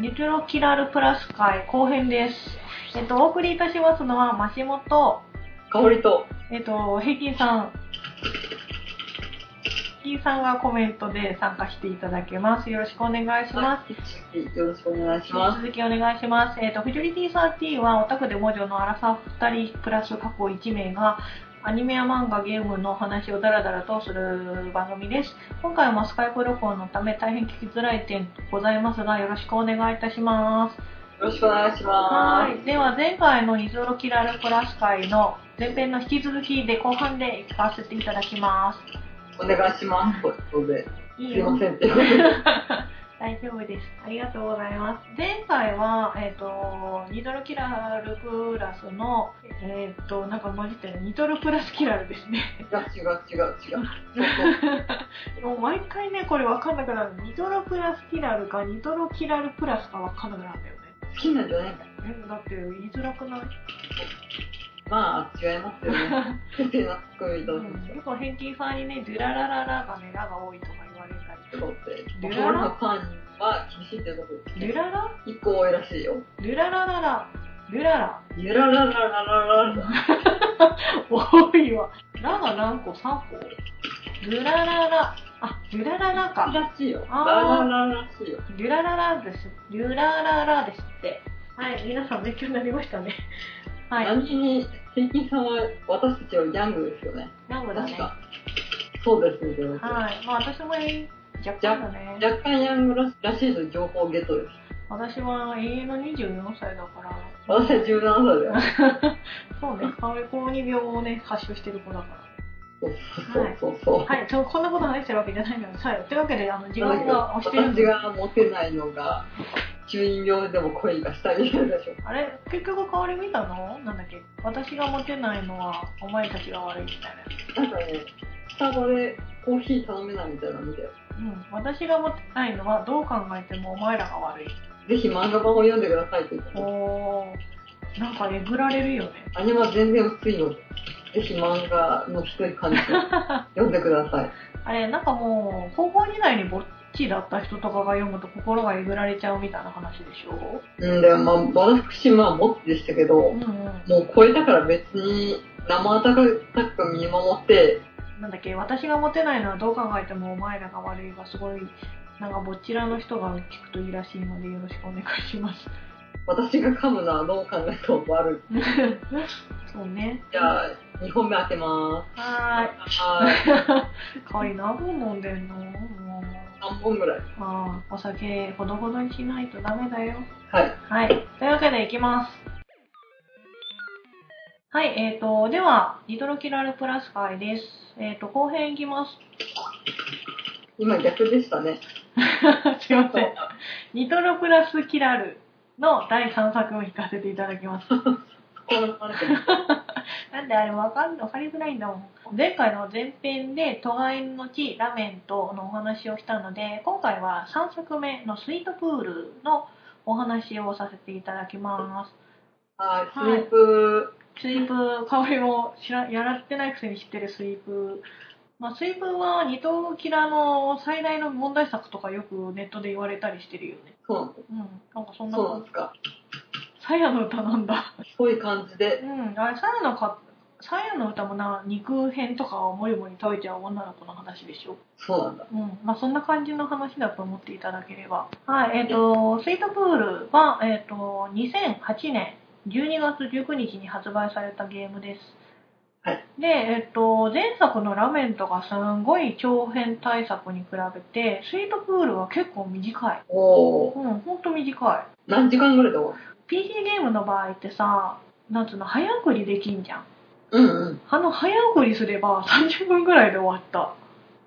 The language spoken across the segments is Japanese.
ニュトロキラルプラス会後編です。えっと、お送りいたしますのは、マシモと、香りと。えっと、ヘイキンさん。ヘイキンさんがコメントで参加していただけます。よろしくお願いします。はい。よろしくお願いし引きま続きお願いします。えっ、と、フジョリティサーティは、オタクで文女のアラサー2人プラス過去1名が、アニメや漫画、ゲームのお話をダラダラとする番組です。今回もスカイプ旅行のため大変聞きづらい点ございますが、よろしくお願いいたします。す。よろしくお願いしま。はい。では、前回のニズロキラルプラス会の前編の引き続きで後半で行かせていただきますお願いします。ということで、す。いすいいよませんっていうことで。大丈夫です。ありがとうございます。前回は、えっ、と、ニトルキラルプラスの、えっ、と、なんか混じってる、ニトルプラスキラルですね。 違う違う違う違う。もう毎回ね、これ分かんなくなる。ニトロプラスキラルか、ニトロキラルプラスか分かんなくなるんだよね。好きなんじゃないんだ。えだって言いづらくないまあ、違いますよね。不正なツッコミとうん結構、返金さんにね、デュララララがね、ラが多いとか言われたり。そうって。香りのファンは厳しいってことですデュね。ララ一個多いらしいよ。デュララララ。デュララ。ゆららららららら。多いわ。ラが何個 ?3 個ルラララ。あ、ルラララか。らしいよ。らあーららららしいよ。ルラララです。ルラララですって。はい、皆さん勉強になりましたね。はい、何気に、平均さんは私たちはギャングですよね。ラムだね確。か。そうですよね。はい、まあ私も若干だね。若干ヤングらしらしいの情報ゲットです。私は永遠の24歳だから。私は17歳だよ。そうね、顔に高2病をね、発症してる子だから。そうそうそうそう。はい、とこんなこと話してるわけじゃないので、はい。というわけで、あの、自分が押してるん私で。がモテないのが、中二病でも恋がしたいみたいなでしょ。あれ結局香り見たのなんだっけ私がモテないのはお前たちが悪いみたいなやなんかね、スタバでコーヒー頼めないみたいなの見たよ。つうん私がモテないのはどう考えてもお前らが悪いぜひ漫画版を読んでくださいって言ったの。おーなんかえぐられるよねアニメは全然薄いので、ぜひ漫画の一人感じで読んでください。あれなんかもう高校時代にぼっちだった人とかが読むと心がえぐられちゃうみたいな話でしょうん、でもまあ、私、まあ、持ってでしたけど、うんもうんう超えたから別に生温かく見守って、なんだっけ私がモテないのはどう考えてもお前らが悪いがすごいなんかぼっちらの人が聞くといいらしいのでよろしくお願いします 私が噛むのはどう考えても悪い。そうねじゃあ、2本目開けまはーいす。はい。かわいい何本飲んでんのもう3本ぐらい。ああお酒ほどほどにしないとダメだよはい。はいというわけでいきますはいえー、とではニトロキラルプラス会ですえっ、と後編いきます今逆でしたね。 すいませんニトロプラスキラルの第3作を引かせていただきますこの話でなんであれわかんわかりづらいんだもん。前回の前編で都会の地ラメンとのお話をしたので、今回は3作目のスイートプールのお話をさせていただきまはい。スープ、す。スイープ、香りも知らやられてないくせに知ってるスイープ。まあ、スイープは二頭キラの最大の問題作とかよくネットで言われたりしてるよね。そうなんでうん。なんかそんすなそうなんもんで。すか。サヤの歌なんだ。そういう感じでう、ん、あれ、サヤのか、サヤの歌もな、肉片とかをもりもり食べちゃう女の子の話でしょ。そうなんだ。うん、まあそんな感じの話だと思っていただければ。はい、えっ、と、スイートプールは、えっ、と、2008年12月19日に発売されたゲームです。はい。で、えっ、と、前作のラメンとかすんごい長編対策に比べて、スイートプールは結構短い。おー。うん、ほんと短い。何時間ぐらいで終わ PC ゲームの場合ってさ、なんつうの、早送りできんじゃん。るうんうん。あの、早送りすれば30分ぐらいで終わった。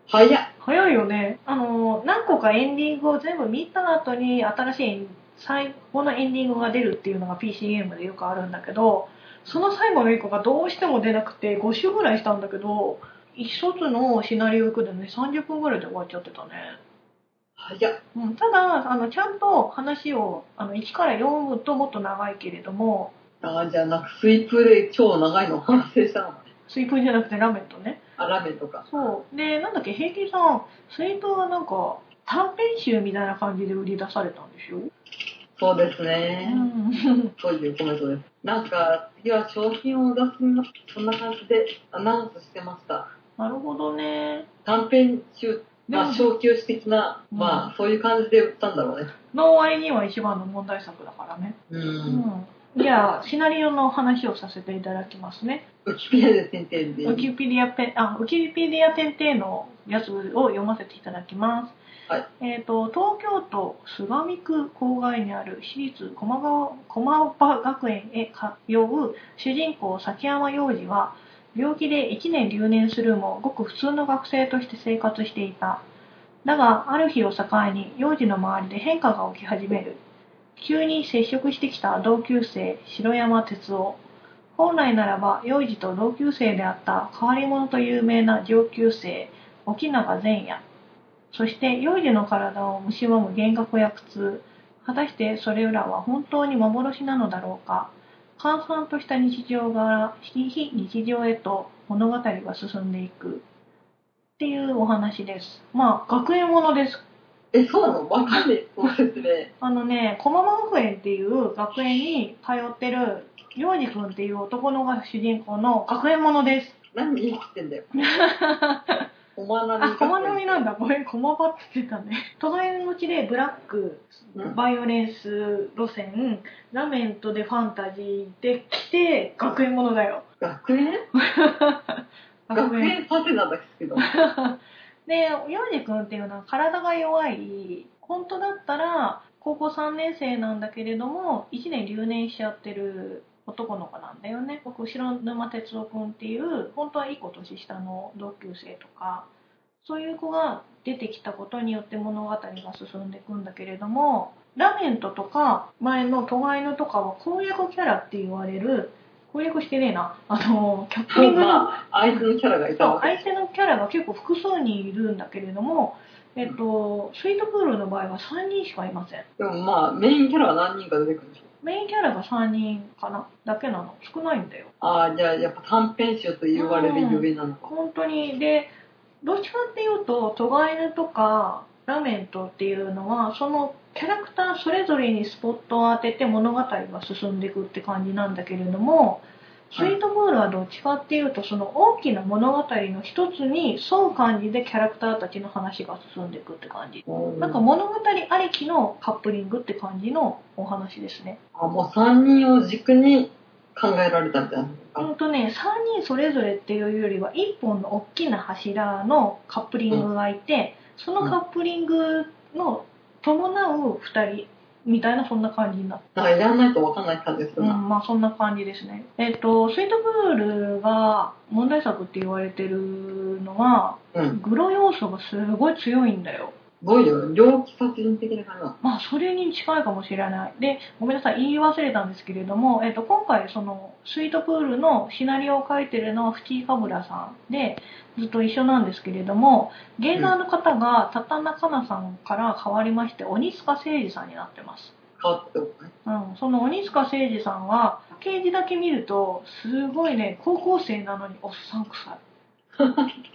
早っ。早いよね。あの、何個かエンディングを全部見た後に新しいエン最後のエンディングが出るっていうのが PC ゲームでよくあるんだけど、その最後の1個がどうしても出なくて5周ぐらいしたんだけど、一つのシナリオ行くでね、30分ぐらいで終わっちゃってたね。早っ。うん、ただあのちゃんと話をあの1から4分ともっと長いけれどもあーじゃあなく、スイープで超長 いの完成したのかね。水分じゃなくてラメットね。あ、ラメとか。そう。で、なんだっけ、平均さん、スイートはなんか、短編集みたいな感じで売り出されたんですよ。そうですうね。ん。そういうコメントです。なんか、次は商品を出すんだ、そんな感じでアナウンスしてました。 なるほどね。短編集、でまもあ、、小休止的な、うんまあ、そういう感じで売ったんだろうね。の割には一番の問題作だからね。う。うんん。じゃあ、シナリオの話をさせていただきますね。ウキペディアで先生で。ウキペディアペ、あ、ウキペディア検定のやつを読ませていただきます。はいえっ、と、東京都菅見区郊外にある私立駒場駒場学園へ通う主人公崎山洋二は、病気で1年留年するも、ごく普通の学生として生活していた。だが、ある日を境に、幼児の周りで変化が起き始める。急に接触してきた同級生、城山哲夫。本来ならば、幼児と同級生であった変わり者と有名な上級生、沖永善也。そして、幼児の体を蝕む幻覚や苦痛。果たしてそれらは本当に幻なのだろうか。閑散とした日常が非日常へと物語が進んでいく。っていうお話です。まあ、学園ものです。え、そうなのわかんない、その説明。あのね、駒場学園っていう学園に通ってる、洋二くんっていう男の子が主人公の学園ものです。何言っ てんだよ。おまなみ。あ、駒並みなんだ。ごめん、駒場って言ってたね。隣のうちでブラック、うん。バイオレンス路線、ラメントでファンタジーで来て、学園ものだよ。学園学。園パテなんですけど。で、ヨウジ君っていうのは体が弱い、本当だったら高校3年生なんだけれども、1年留年しちゃってる男の子なんだよね。僕、後ろ沼哲夫君っていう、本当はいい子年下の同級生とか、そういう子が出てきたことによって物語が進んでいくんだけれども、ラメントとか前のトガイノとかは公約キャラって言われる、公約してねえな、あの、キャップリングのまあ、相手のキャラがいたそうわけ。相手のキャラが結構複数人いるんだけれども、えっと、スイートプールの場合は3人しかいませんでもまあ、メインキャラは何人か出てくるんでしょ。メインキャラが3人かなだけなの少ないんだよああ、じゃあ、やっぱ短編集と言われるゆえなのか。本当にでどっちかっていうとトガイヌとかラメントっていうのはそのキャラクターそれぞれにスポットを当てて物語が進んでいくって感じなんだけれどもスイートプールはどっちかっていうとその大きな物語の一つに沿う感じでキャラクターたちの話が進んでいくって感じうんなんか物語ありきのカップリングって感じのお話ですね。あもう3人を軸に考えられたみたいなのうか。んとね、3人それぞれっていうよりは、1本の大きな柱のカップリングがいて、そのカップリングの伴う2人みたいな、そんな感じになってなんかやらないとわかんない感じですうるな。ん、まあそんな感じですね。えっ、と、スイートプールが問題作って言われてるのは、うんグロ要素がすごい強いんだよ。どういう猟奇殺人的な感じなのまあ、それに近いかもしれない。で、ごめんなさい、言い忘れたんですけれども、えっと、今回、その、スイートプールのシナリオを書いてるのは、フティーカブラさんで、ずっと一緒なんですけれども、ゲーザーの方が、タタナカナさんから変わりまして、鬼塚誠二さんになってます。変わったってことね。うん、その鬼塚誠二さんは、ページだけ見ると、すごいね、高校生なのにおっさん臭い。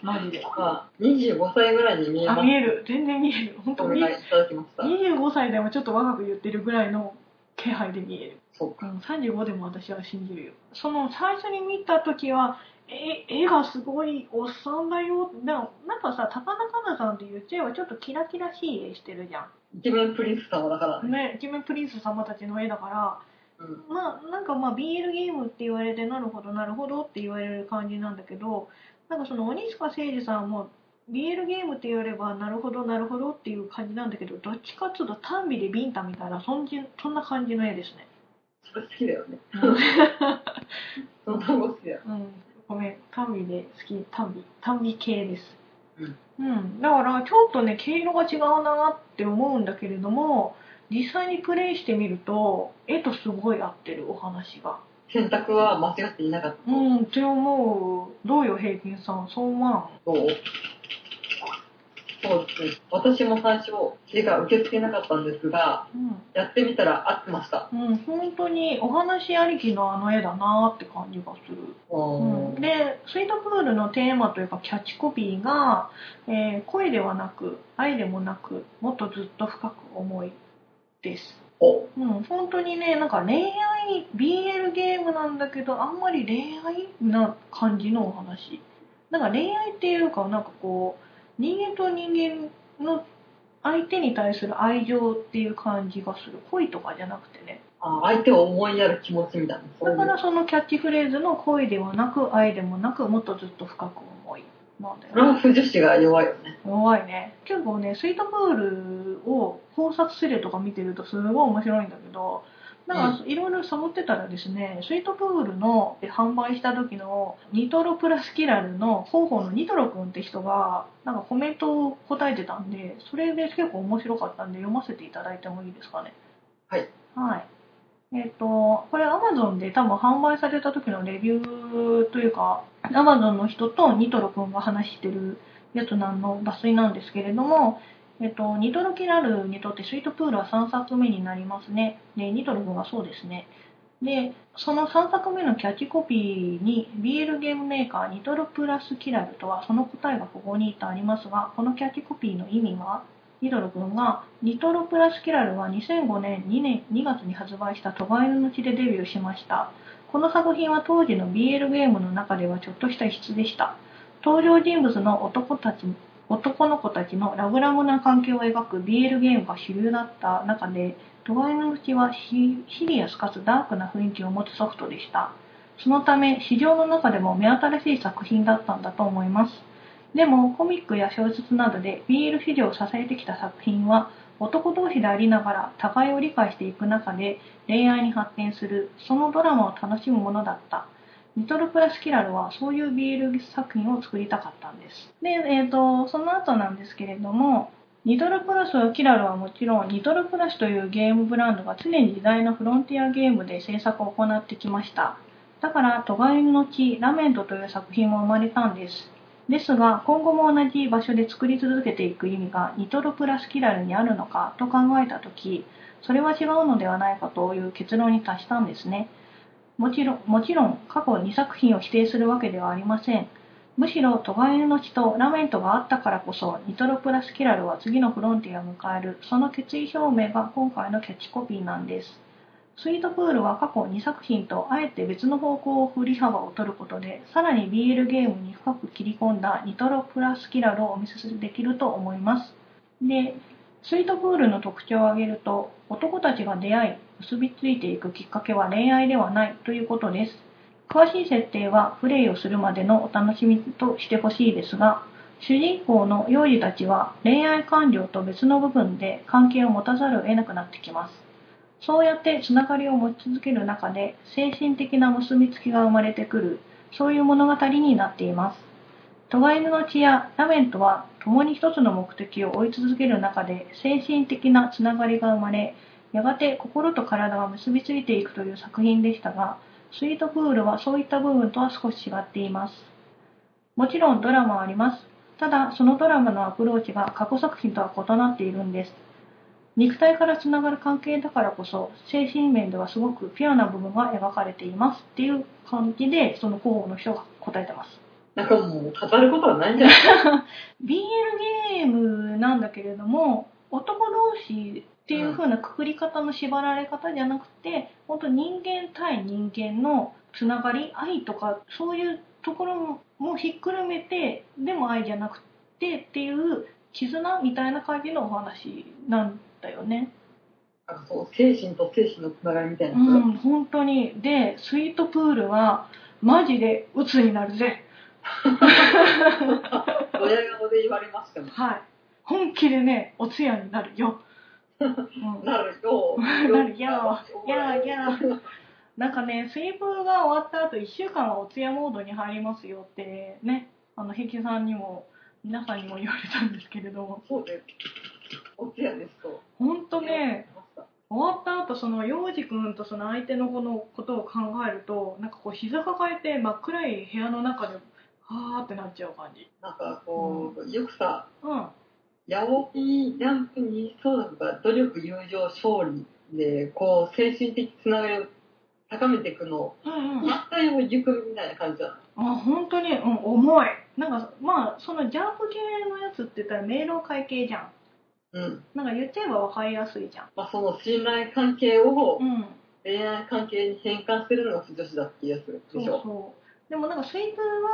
マジで。まあ、25歳ぐらいに見えまあ、す。見える。全然見える。本当お見え願るいいただきました。 25歳でもちょっと若く言ってるぐらいの気配で見える、そううか。ん、35でも私は信じるよその最初に見た時はえ絵がすごいおっさんだよでもなんかさ高田かなさんって言っちゃえばちょっとキラキラしい絵してるじゃイケメンプリンス様だからんね。ねイケメンプリンス様たちの絵だからうん。まあなんかまあ BL ゲームって言われてなるほどなるほどって言われる感じなんだけどなんかその鬼塚誠二さんも BL ゲームって言わればなるほどなるほどっていう感じなんだけどどっちかっつうと単美でビンタみたいなそんじそんな感じの絵ですね、それ好きだよね。うその単語好きだよ。ん、ごめん単美で好き単美単美系ですうんうん、だからちょっとね毛色が違うなって思うんだけれども実際にプレイしてみると絵とすごい合ってるお話が選択は間違っていなかった。うん、って思う。どうよ、平均さん。そう思わん。どうそうです。私も最初、絵が受け付けなかったんですが、うんやってみたら合ってました。うん、本当にお話ありきのあの絵だなって感じがする。うん、で、スイートプールのテーマというかキャッチコピーが、えー恋ではなく、愛でもなく、もっとずっと深く思いです。おうん、本当にね、なんか恋愛、BL ゲームなんだけど、あんまり恋愛な感じのお話。なんか恋愛っていうか、なんかこう、人間と人間の相手に対する愛情っていう感じがする。恋とかじゃなくてね。あ相手を思いやる気持ちみたいな。そういだうからそのキャッチフレーズの恋ではなく愛でもなくもっとずっと深く思いなんだフラよンね。ス女子が弱いよね。弱いね。結構ね、スイートプールを考察資料とか見てるとすごい面白いんだけど、なんかいろいろサボってたらですね、スイートプールの販売した時のニトロプラスキラルの広報のニトロくんって人がなんかコメントを答えてたんで、それで結構面白かったんで読ませていただいてもいいですかね。はい。はい。えっ、と、これ Amazon で多分販売された時のレビューというか、Amazon の人とニトロくんが話してるやつなんの抜粋なんですけれども、えっと、ニトロキラルにとってスイートプールは3作目になりますね。で、ニトロくんがそうですね。で、その3作目のキャッチコピーに BL ゲームメーカーニトロプラスキラルとはその答えがここにとありますが、このキャッチコピーの意味はニトロ君が「ニトロプラスキラル」は2005年 2, 年2月に発売した「トガイルの地」でデビューしましたこの作品は当時の BL ゲームの中ではちょっとした異質でした登場人物の男たち男の子たちのラブラブな関係を描く BL ゲームが主流だった中で「トガイルの地」はシシリアスかつダークな雰囲気を持つソフトでしたそのため市場の中でも目新しい作品だったんだと思いますでもコミックや小説などで BL 市場を支えてきた作品は男同士でありながら互いを理解していく中で恋愛に発展するそのドラマを楽しむものだったニトルプラスキラルはそういう BL 作品を作りたかったんですで、えー、とその後なんですけれどもニトルプラスキラルはもちろんニトルプラスというゲームブランドが常に時代のフロンティアゲームで制作を行ってきましただから「トガイの地ラメント」という作品も生まれたんですですが今後も同じ場所で作り続けていく意味がニトロプラスキラルにあるのかと考えた時それは違うのではないかという結論に達したんですねもちろんもちろん過去2作品を否定するわけではありませんむしろ「トガエルの血」と「ラメント」があったからこそニトロプラスキラルは次のフロンティアを迎えるその決意表明が今回のキャッチコピーなんですスイートプールは過去2作品とあえて別の方向を振り幅を取ることでさらに BL ゲームに深く切り込んだニトロプラスキラルをお見せできると思いますでスイートプールの特徴を挙げると男たちが出会い結びついていくきっかけは恋愛ではないということです詳しい設定はプレイをするまでのお楽しみとしてほしいですが主人公の幼児たちは恋愛感情と別の部分で関係を持たざるを得なくなってきますそうやってつながりを持ち続ける中で精神的な結びつきが生まれてくるそういう物語になっています。トガイヌの血やラメントは共に一つの目的を追い続ける中で精神的なつながりが生まれやがて心と体が結びついていくという作品でしたがスイートプールはそういった部分とは少し違っています。もちろんドラマはあります。ただそのドラマのアプローチが過去作品とは異なっているんです。肉体からつながる関係だからこそ精神面ではすごくピュアな部分が描かれていますっていう感じでその候補の人が答えてますなんかもう語ることはないんじゃない BL ゲームなんだけれども男同士っていう風なくくり方の縛られ方じゃなくて、本当人間対人間のつながり愛とかそういうところもひっくるめてでも愛じゃなくてっていう絆みたいな感じのお話なんだよね。なんかそう、精神と精神のつながりみたいな。うん、本当に。で、スイートプールは、マジで鬱になるぜ。親顔で言われましたもん。はい。本気でね、お通夜になるよ。うんなるよ。 なるよやーやーなんかね、スイープが終わった後、1週間はお通夜モードに入りますよってね、あの、平気さんにも、皆さんにも言われたんですけれど、そうです。おつやですと。本当ね、言われました。終わった後その陽く君とその相手の子のことを考えるとなんかこう膝抱えて真っ暗い部屋の中ではーってなっちゃう感じなんかこう、よくさ、うんヤオピージャンプにそうだとか、努力、友情、勝利で、こう、精神的つながりを高めていくのを、うんうん。全体を行くみたいな感じだな。あ本当に、うん、重いなんかまあそのジャンプ系のやつって言ったら明朗会系じゃんうん。なんか言っちゃえば分かりやすいじゃんまあ、その信頼関係をうん恋愛関係に変換してるのが不女子だっていうやつそでうしょ。そうでもなんか水イ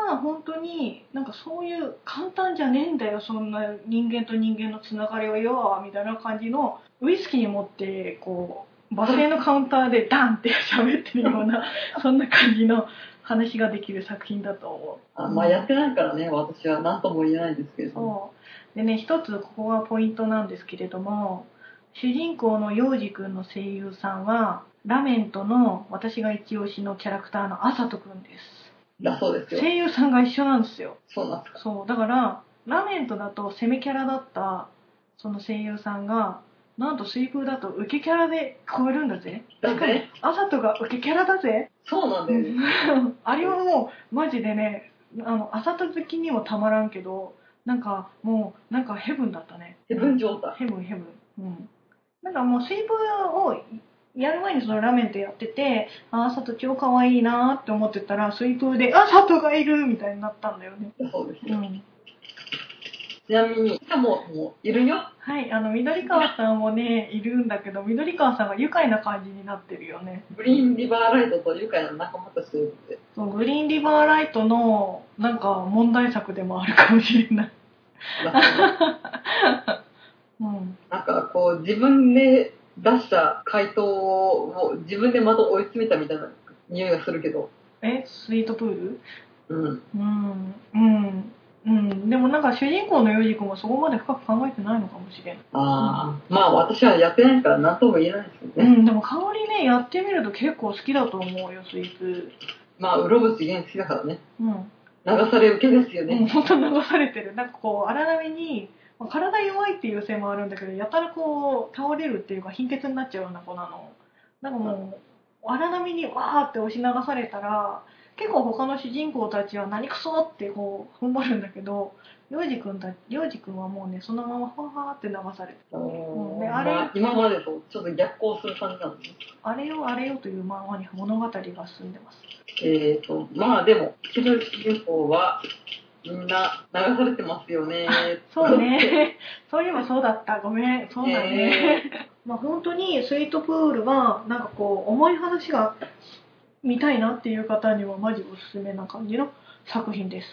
は本当になんかそういう簡単じゃねえんだよそんな人間と人間のつながりはよみたいな感じのウイスキーに持ってこう馬製のカウンターでダンって喋ってるよう なそんな感じの話ができる作品だと思うあまあ、やってないからね、私は何とも言えないですけれども。そうでね一つここがポイントなんですけれども主人公の陽次くんの声優さんはラメントの私が一押しのキャラクターのあさとくんですだそうですよ。声優さんが一緒なんですよそうなんですか。そうだからラメントだと攻めキャラだったその声優さんがなんと水風だと受けキャラで超えるんだぜだぜあさとが受けキャラだぜそうなんだよね。あれはもうマジでねあのあさと好きにもたまらんけどなんかもうなんかヘブンだったねヘブン状態。ヘブンヘブンうんなんかもう水分をやる前にそのラーメンとやっててああさと超可愛いなーって思ってたら水風であさとがいるみたいになったんだよねだそうですうよ。んちなみに、しかも、もう、いるよ。はいあの緑川さんもねいるんだけど緑川さんが愉快な感じになってるよねグリーンリバーライトと愉快な仲間としてるって。そのグリーンリバーライトのなんか問題作でもあるかもしれないだからうんなんかこう、自分で出した回答を自分でまた追い詰めたみたいな匂いがするけど。えスイートプールうん。うんうんうんでもなんか主人公のヨジ君はそこまで深く考えてないのかもしれない、ああ。まあ私はやってないから何とも言えないですようね。ん、でも香りねやってみると結構好きだと思うよスイーツまあ、うろぶち元好きだからね。うん流され受けですよもうね。本当流されてるなんかこう荒波にまあ体弱いっていう性もあるんだけどやたらこう倒れるっていうか貧血になっちゃうような子なのなんかもう荒波にわーって押し流されたら結構他の主人公たちは何くそってこう踏ん張るんだけどヨウジ君たヨウジ君はもうねそのままファーファーって流されてあのうんねーあれまあ今までとちょっと逆行する感じなんですね。あれよあれよという漫画に物語が進んでますえーと、まあでも、一部主人公はみんな流されてますよね。そう。ね そういえばそうだったごめんそうだね、まあ本当にスイートプールはなんかこう重い話が見たいなっていう方にはマジおすすめな感じの作品です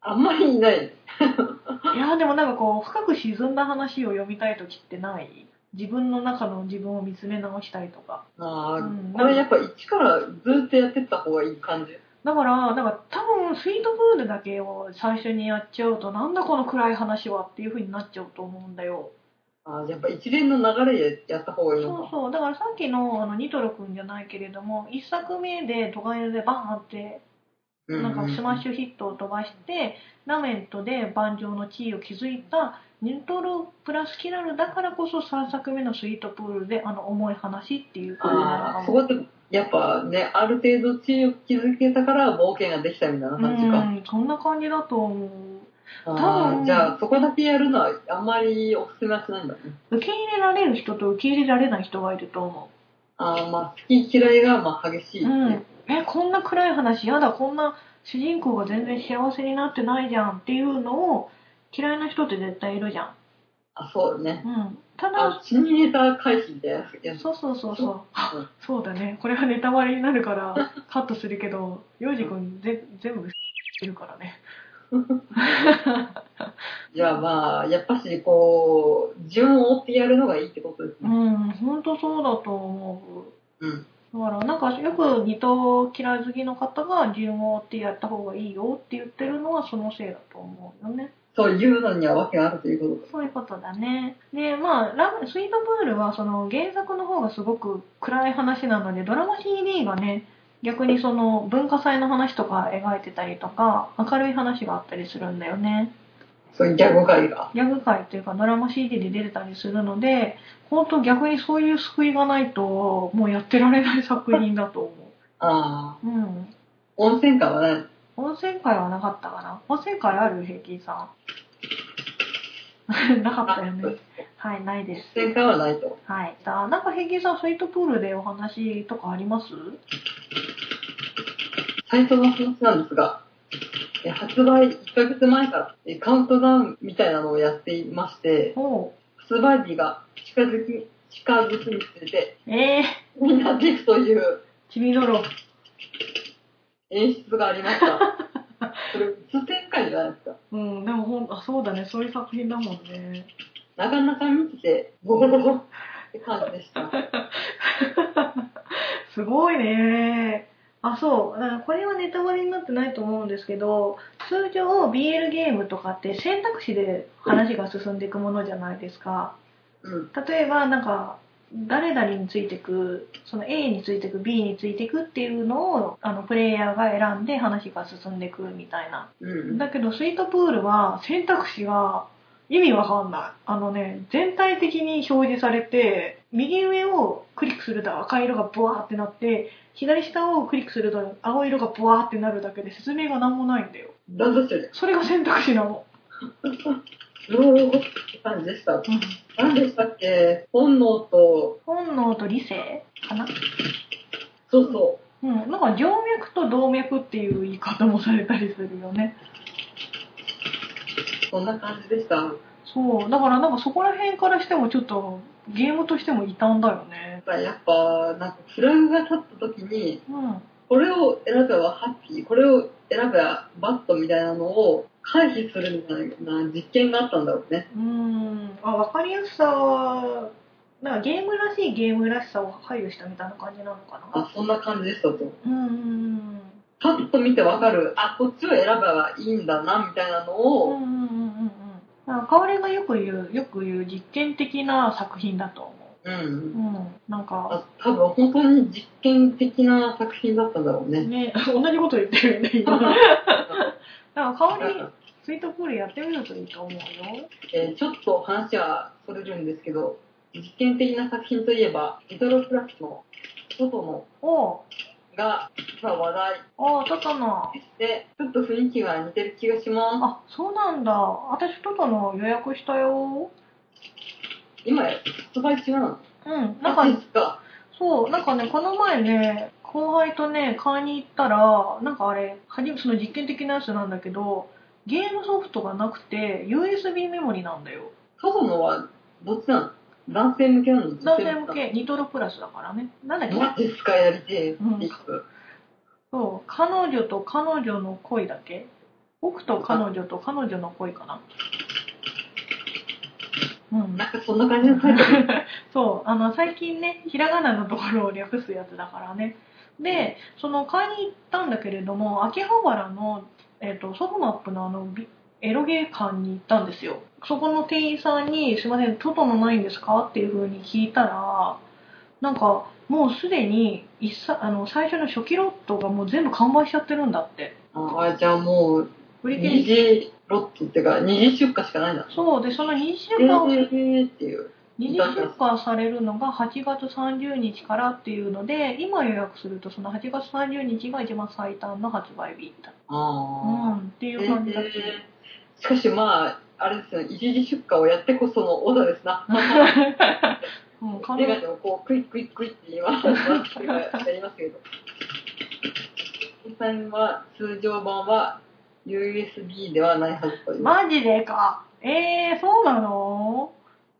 あんまりいない。 いやーでもなんかこう深く沈んだ話を読みたい時ってない自分の中の自分を見つめ直したいとかあうんーこれやっぱ一からずっとやってった方がいい感じ。だからなんか多分スイートプールだけを最初にやっちゃうとなんだこの暗い話はっていう風になっちゃうと思うんだよあーやっぱ一連の流れでやった方がいいそうのか。そうだからさっきのあのニトロくんじゃないけれども1作目で都会でバーンってうなんかスマッシュヒットを飛ばしてラメントで盤上の地位を築いたニトロプラスキラルだからこそ3作目のスイートプールであの重い話っていう感じなあのーかそもこってやっぱね、ある程度地位を築けたから冒険ができたみたいな感じか。うんそんな感じだと思う多あ分ーじゃあそこだけやるのはあんまりおすすめはしないんだね。受け入れられる人と受け入れられない人がいると思あーまあ好き嫌いがまあ激しいっう、てういん、えこんな暗い話やだこんな主人公が全然幸せになってないじゃんっていうのを嫌いな人って絶対いるじゃんあ、そうね。うんただあ、血にネタ回避みたいなやつ。そうそうそうそううんあそうだねこれはネタバレになるから カットするけどヨウジ君ぜ全部いるからねじゃあまあ、やっぱしこう、順を追ってやるのがいいってことですうね。ん本当そうだと思うん。うだからなんかよく二頭嫌い好きの方が順を追ってやった方がいいよって言ってるのはそのせいだと思うよねそういうのには訳があるということそういうことだね。で、まあ、ラブスイートプールはその原作の方がすごく暗い話なので、ドラマ CD がね、逆にその文化祭の話とか描いてたりとか、明るい話があったりするんだよね。そういうギャグ会が。ギャグ界というかドラマ CD で出てたりするので、本当逆にそういう救いがないと、もうやってられない作品だと思ああ。う。うん。温泉感はない。温泉会はなかったかな。温泉会ある平均さん。 なかったよそうねです。はいないです前回はないと。はいじゃあなんか平気さんスイートプールでお話とかあります最初の話なんですが、え発売1ヶ月前からえカウントダウンみたいなのをやっていまして、おう発売日が近づき、近づくにつれて、ええみんなでいくというー、ちびどろ演出がありました。それ、普通展開じゃないですか。うんでもほんあそうだねそういう作品だもんねなかなか見てて、ボロボロって感じでした。すごいねあそうだからこれはネタバレになってないと思うんですけど通常 BL ゲームとかって選択肢で話が進んでいくものじゃないですかうん。例えばなんか誰々についてくその A についてく B についてくっていうのをあのプレイヤーが選んで話が進んでくみたいなうん。だけどスイートプールは選択肢が意味わかんないあのね全体的に表示されて右上をクリックすると赤色がブワーってなって左下をクリックすると青色がブワーってなるだけで説明が何もないんだよランドセル。それが選択肢なの、ボロボロって感じでした。何でしたっけ本能と、本能と理性かなそうそうん、なんか静脈と動脈っていう言い方もされたりするよねう、そんな感じでした。そうだからなんかそこら辺からしてもちょっとゲームとしても異端だよねやっぱ、なんかフラグが立った時に、うんこれを選べばハッピー、これを選べばバットみたいなのを回避するみたいな実験があったんだろうね。うーんあ分かりやすさはなんかゲームらしいゲームらしさを配慮したみたいな感じなのかなあ、そんな感じでしたと。うんうんパッと見てわかる、あ、こっちを選べばいいんだな、みたいなのうんうんうんうんを、うんなんかかおりがよく言うよく言う実験的な作品だと思うん。ううんなんかあ多分本当に実験的な作品だったんだろ うね。ね同じこと言ってるよね 今なんか香りスイートプールやってみるといいと思うよえーちょっと話はそれるんですけど、実験的な作品といえば、リトルプラスの外のおうが今話題ああ、トトの。でして、ちょっと雰囲気が似てる気がしまあ、そうなんだ。私、トトの予約したよ。す。今、発売中なのうん、なんか、ですか。そう、なんかね、この前ね、後輩とね、買いに行ったら、なんかあれ、はじめその実験的なやつなんだけど、ゲームソフトがなくて、USB メモリなんだよ。外のはどっちなの男性向けなの男性向け、ニトロプラスだからね。なんだっけマジですかやりてえ、うんリップそう、彼女と彼女の恋だっけ僕と彼女と彼女の恋かな。うん、なんかそんな感じのタイトル。 そう、あの、最近ね、ひらがなのところを略すやつだからね。で、その、買いに行ったんだけれども、秋葉原の、えっ、と、ソフマップのあの、ビエロゲー館に行ったんですよ。そこの店員さんに、すいません、トトのないんですかっていう風に聞いたら、なんか、もうすでに一さあの最初の初期ロットがもう全部完売しちゃってるんだって。ああ、じゃあもう、売り切二れ次ロットっていうか、二次出荷しかないんだ。そう、で、その2週え間をーっていう。二次出荷されるのが8月30日からっていうので今予約するとその8月30日が一番最短の発売日だ、うああ。ん、っていう感じだし、しかしまあ、あれですよね、一時出荷をやってこそのオダですな。うん、メ彼ガ女ネをこう、クイックイックイって言います。やりますけど。実際は、通常版は USB ではないはずという。マジでかえー、そうなの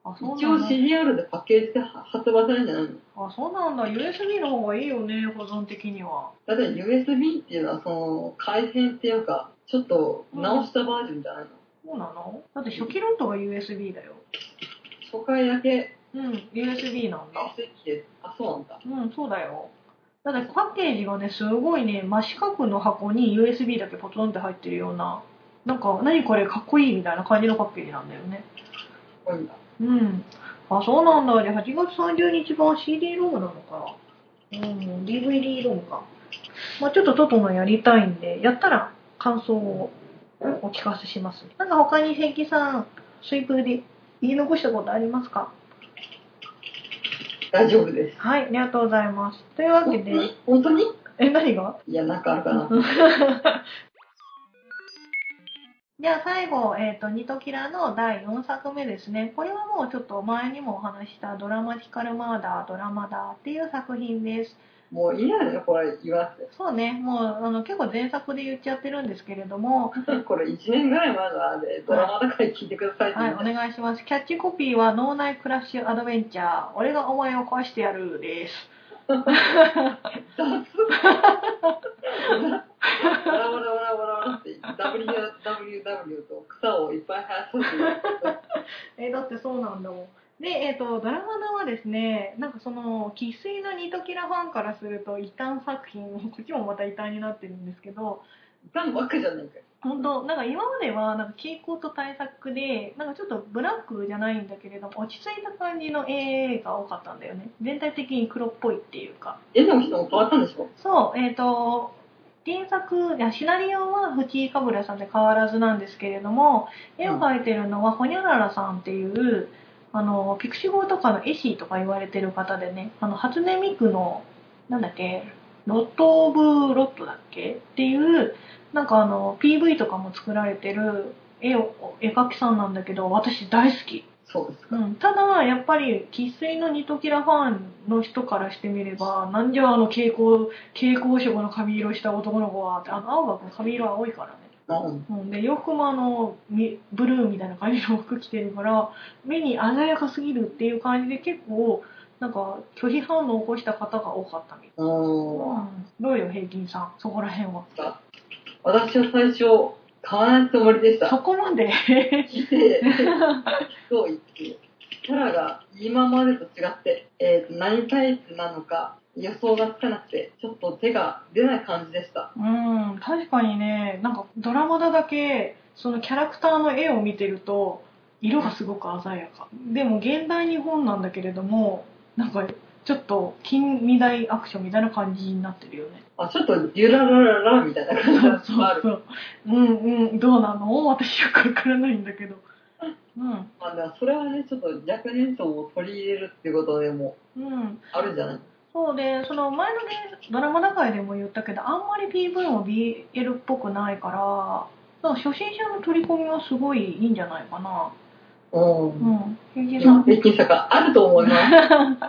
あそう一な応んだ CDR でパッケージで発売されるんじゃないのあそうなんだ USB の方がいいよね保存的にはだって USB っていうのは、その、改変っていうか、ちょっと直したバージョンじゃないの、そうなのだって初期ロットが USB だよ初回だけうん USB なんだ USB で、あ、そうなんだ。うんそうだよだってパッケージがねすごいね真四角の箱に USB だけポツンって入ってるようななんか何これかっこいいみたいな感じのパッケージなんだよねこういうんだ。うんあそうなんだで8月30日版 CD ロームなのかなうん DVD ロームかまあちょっとトトのやりたいんでやったら感想をお聞かせしますなんか他に関さんスイープで言い残したことありますか大丈夫です。はいありがとうございますというわけ本当 でに本当にえ何がいや、なんかあるかな。 じゃあ最後、えっ、と、ニトキラの第4作目ですね。これはもうちょっと前にもお話ししたドラマティカルマーダー、ドラマダーっていう作品です。もういいやね、これ言わなくて。そうね、もうあの結構前作で言っちゃってるんですけれども、これ1年ぐらい前のあれで、ドラマだから聞いてくださいってはい、言おって、願いします。キャッチコピーは脳内クラッシュアドベンチャー、俺がお前を壊してやるです。雑バラバラバラバラバラって、WWW と草をいっぱい生やさせて、えだってそうなんだもん。で、えっ、と、ドラマのはですね、なんかその、生粋のニトキラファンからすると異端作品、こっちもまた異端になってるんですけど、いたのばっかじゃないかよ。本当なんか今まではなんか傾向と対策でなんかちょっとブラックじゃないんだけれども落ち着いた感じの絵が多かったんだよね全体的に黒っぽいっていうか絵の人も変わったんでしょそうえっ、と原作いやシナリオは藤井かぶらさんで変わらずなんですけれども絵を描いてるのはほにゃららさんっていうあのピクシブとかの絵師とか言われてる方でねあの初音ミクのなんだっけロット・オブ・ロットだっけっていうなんかあの PV とかも作られてる絵を絵描きさんなんだけど私大好き、そうですか。うん、ただやっぱり生粋のニトキラファンの人からしてみればなんじゃあの蛍光蛍光色の髪色した男の子はってあの青葉君髪色青いからねあうんうん、で洋服もあのみブルーみたいな感じの服着てるから目に鮮やかすぎるっていう感じで結構なんか拒否反応を起こした方が多かったみたい、あーどうよ平均さんそこら辺は私は最初、買わないつもりでした そ。こまで 来て、そう言って、キャラが今までと違って、えーと何タイプなのか予想がつかなくて、ちょっと手が出ない感じでした。うん確かにねなんかドラマだだけそのキャラクターの絵を見てると色がすごく鮮やかでも現代日本なんだけれどもなんかちょっと近未来アクションみたいな感じになってるよねあ、ちょっとデュララララみたいなそう感じがあそうる。そう。うんうん、どうなの私よくわからないんだけど。うん。まあ、でもそれはね、ちょっと若年層を取り入れるっていうことでもうん。あるんじゃないそうで、その前のね、ドラマの中でも言ったけど、あんまり PV も BL っぽくないから、なんか初心者の取り込みはすごいいいんじゃないかな。う。うんん。平均さん平均差があると思います。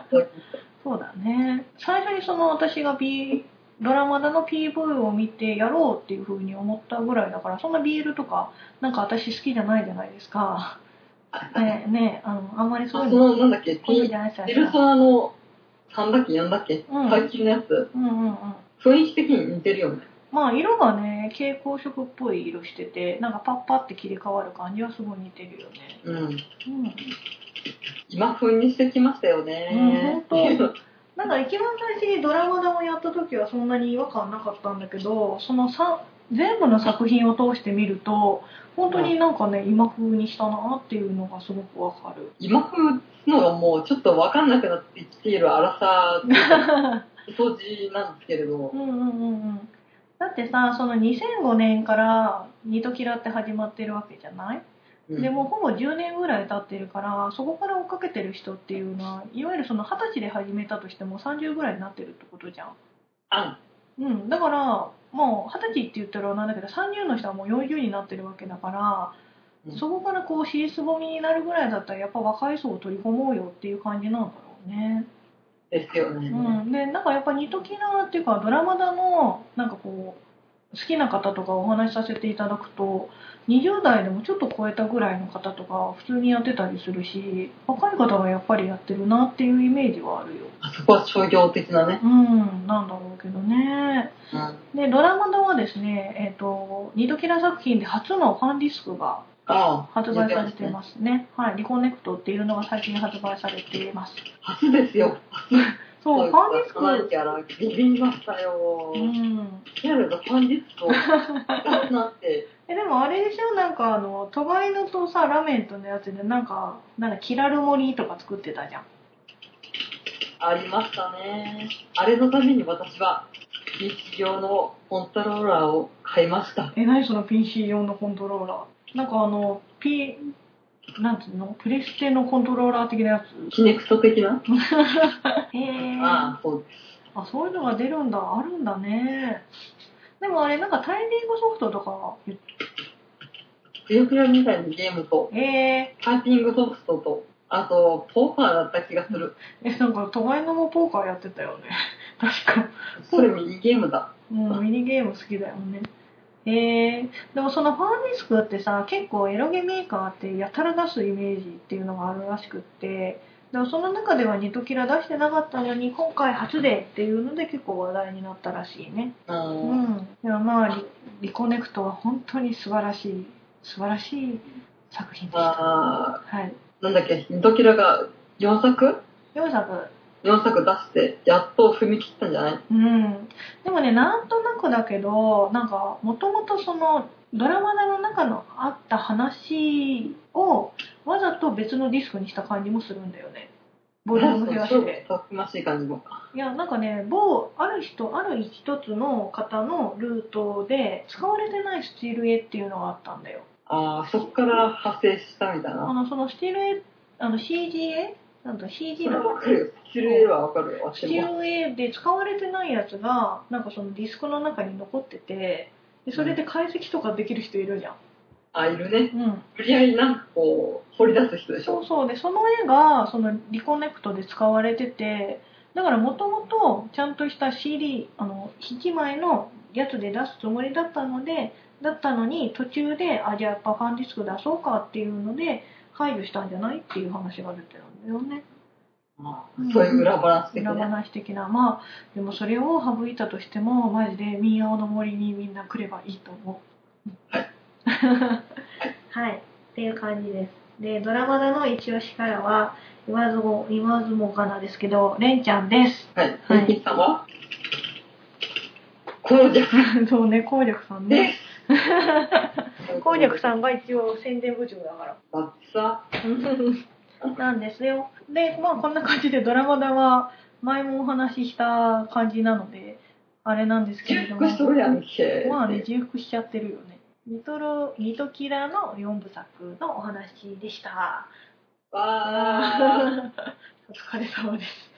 そうだね。最初にその私が B、ドラマだの PV を見てやろうっていう風に思ったぐらいだから、そんな BL とか、なんか私好きじゃないじゃないですか。ねねあの、あんまりそうあいうそのの、なんだっけ、好みピじゃないですよピルソナの3だっけ、4だっけ、うん最近のやつ、うんうんうん。雰囲気的に似てるよね。まあ色がね、蛍光色っぽい色してて、なんかパッパって切り替わる感じはすごい似てるよね。うん。うん。今風にしてきましたよね。うん本なんか一番最初にドラマでもやった時はそんなに違和感なかったんだけど、そのさ全部の作品を通して見ると、本当になんかね、今風にしたなっていうのがすごくわかる。 今風のがもうちょっとわかんなくなってきている荒さというか、 掃除なんですけれどう、んうんうんうん。だってさ、その2005年からニトキラって始まってるわけじゃないうんでもうほぼ10年ぐらい経ってるからそこから追っかけてる人っていうのはいわゆるその20歳で始めたとしても30ぐらいになってるってことじゃん、あうん、だからもう20歳って言ったらなんだけど30の人はもう40になってるわけだから、うんそこからこう尻すぼみになるぐらいだったらやっぱ若い層を取り込もうよっていう感じなんだろうね、ですよね。うん、でなんかやっぱニトキナっていうかドラマだのなんかこう好きな方とかお話しさせていただくと20代でもちょっと超えたぐらいの方とか普通にやってたりするし若い方がやっぱりやってるなっていうイメージはあるよあそこは商業的なね。うんなんだろうけどねうんでドラマだはですねえっ、とニトキラ作品で初のファンディスクがああ、発売されてますねはいリコネクトっていうのが最近発売されています初ですよ。そうファンディスないクキャラ、ビビりましたよ。うんキャラがファンディスク を出すなって、えでもあれでしょなんかあのトガイのとさラメントのやつでなんかなんだキラルモリとか作ってたじゃんありましたね。あれのために私は、日用のコントローラーを買いました。え何その PC 用のコントローラーなんかあの P なんつうのプレステのコントローラー的なやつキネクト的な、へえあああ、そうそういうのが出るんだあるんだねでもあれなんかタイミングソフトとかぷよぷよみたいなゲームと、えパーティングソフトと、あと、ポーカーだった気がする。ー、え、なんか、友のもポーカーやってたよね。 確か。それもいいゲームだ。うん、ミニゲーム好きだよね。えー、でもそのファーディスクってさ、結構エロゲメーカーってやたら出すイメージっていうのがあるらしくって、でもその中ではニトキラ出してなかったのに、今回初でっていうので結構話題になったらしいね。う。うんん。でもまあリ、リコネクトは本当に素晴らしい、素晴らしい作品でした。あはい。ーなんだっけ、ドキラが4作4作、 ?4 作出して、やっと踏み切ったんじゃないうん、でもねなんとなくだけどなんかもともとそのドラマの中のあった話をわざと別のディスクにした感じもするんだよねボリューム増やしてたくましい感じも。いやなんかね某ある人ある一つの方のルートで使われてないスチール絵っていうのがあったんだよああ、そこから派生したみたいあな。のそのスチール絵あの CG 絵なんだ CG それのわかるよ。スチル絵はわかるよ。ス私チも。ール A で使われてないやつがなんかそのディスクの中に残っててでそれで解析とかできる人いるじゃん、あ、いるね。うん、無理やりなんかこう、掘り出す人でしそょ。うそうでその絵がそのリコネクトで使われててだからもともとちゃんとした CD あの1枚のやつで出すつもりだったのでだったのに途中であじゃあやっぱファンディスク出そうかっていうので配慮したんじゃないっていう話が出てるんだよねあーそういう裏話的裏ね。話的なまあでもそれを省いたとしてもマジで民謡の森にみんな来ればいいと思うはいはいっていう感じですでドラマだの一押しからは言わずも言わずもかなですけどレンちゃんですはい。ふみさんは紅雀 そうね攻略さんでね す。攻略さんが一応宣伝部長だからだってさ、なんですよ。で、まあこんな感じでドラマだは前もお話しした感じなので、あれなんですけ重れども複。しとるやんけ。まあね、重複しちゃってるよね。ニトロ、ニトキラの4部作のお話でした。 わー。お疲れ様です。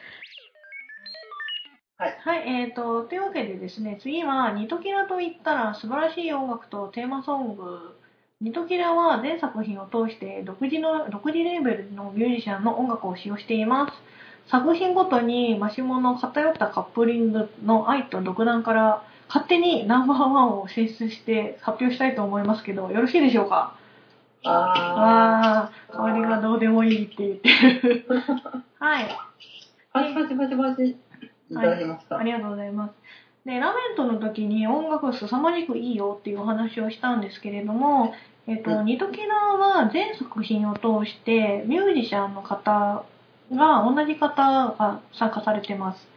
はい、えっ、と、というわけでですね、次は、ニトキラといったら素晴らしい音楽とテーマソング。ニトキラは全作品を通して独自の、独自レーベルのミュージシャンの音楽を使用しています。作品ごとにマシモの偏ったカップリングの愛と独断から勝手にナンバーワンを選出して発表したいと思いますけど、よろしいでしょうかあー。ああ、香りがどうでもいいって言ってる。はい。パチパチパチパチ。いただきました。ありがとうございます。で、ラメントの時に音楽が凄まじくいいよっていうお話をしたんですけれども、えっうと、ニトキラは全作品を通してミュージシャンの方が、同じ方が参加されてます。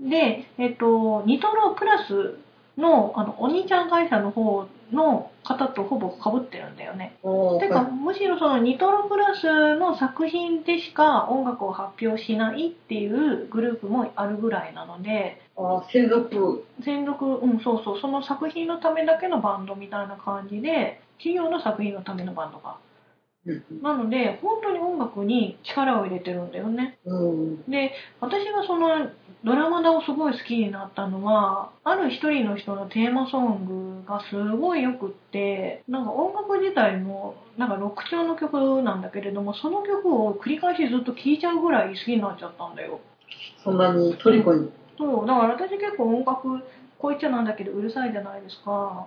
で、えっと、ニトロプラスの、あの、お兄ちゃん会社の方の方とほぼ被ってるんだよね。おーてかむしろそのニトロプラスの作品でしか音楽を発表しないっていうグループもあるぐらいなのであー専属。専属うんそうそうその作品のためだけのバンドみたいな感じで企業の作品のためのバンドがうんなので本当に音楽に力を入れてるんだよねうん。で私がそのドラマだをすごい好きになったのはある一人の人のテーマソングがすごいよくってなんか音楽自体もなんかロック調の曲なんだけれどもその曲を繰り返しずっと聴いちゃうぐらい好きになっちゃったんだよそんなにトリコにそうだから私結構音楽こう言っちゃなんだけどうるさいじゃないですか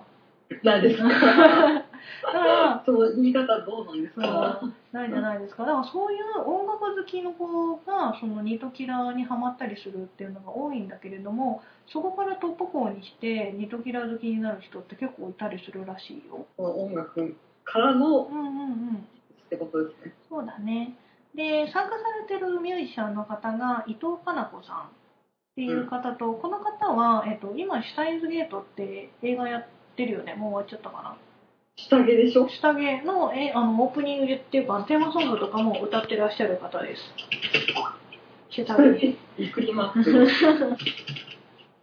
ないですだかからその言い方どうなんですかそうないじゃないですかだからそういう音楽好きの子がそのニトキラーにハマったりするっていうのが多いんだけれどもそこからトップ校にしてニトキラー好きになる人って結構いたりするらしいよこの音楽からのうんうんうんってことですね。そうだねで参加されてるミュージシャンの方が伊藤かな子さんっていう方と、この方は、えっと、今「シュタインズゲート」って映画やってるよねもう終わっちゃったかな下着でしょ下着のえあのオープニングっていうかテーマソングとかも歌ってらっしゃる方です。下それ着で、びっくりマーク。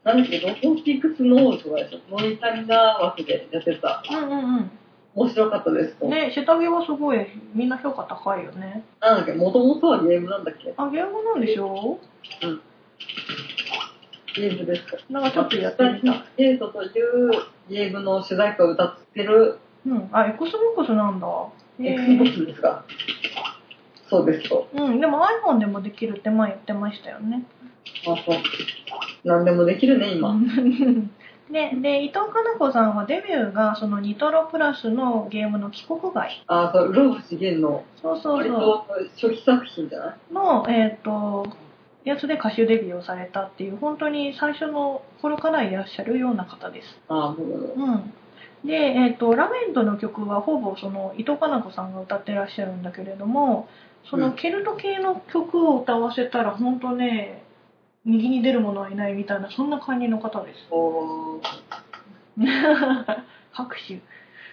なんだけど、ロンティックスノーとかでしょモニタリな枠でやってた。うんうん面白かったですうと。ん。ね下着はすごいみんな評価高いよね。なんだっけ、もともとはゲームなんだっけあゲームなんでしょゲームですかなんかちょっとやってみた。ゲートというゲームの主題歌を歌ってるうん。あ、エクスボックスなんだ。へえ Xbox ですかそうですと。うん。でも iPhone でもできるって前言ってましたよね。あ、そう。何でもできるね、今。で、で、伊藤かな子さんはデビューがそのニトロプラスのゲームの帰国外。あ、そう、うろ橋源の、そうそう割そ。と初期作品じゃないうの、えっ、と、やつで歌手デビューをされたっていう、本当に最初の頃からいらっしゃるような方です。あ、そうだね。うん。で、えっ、と、ラメントの曲はほぼその伊藤かな子さんが歌ってらっしゃるんだけれども、そうのんケルト系の曲を歌わせたら本当ね、右に出る者はいないみたいな、そんな感じの方です。おー、拍手。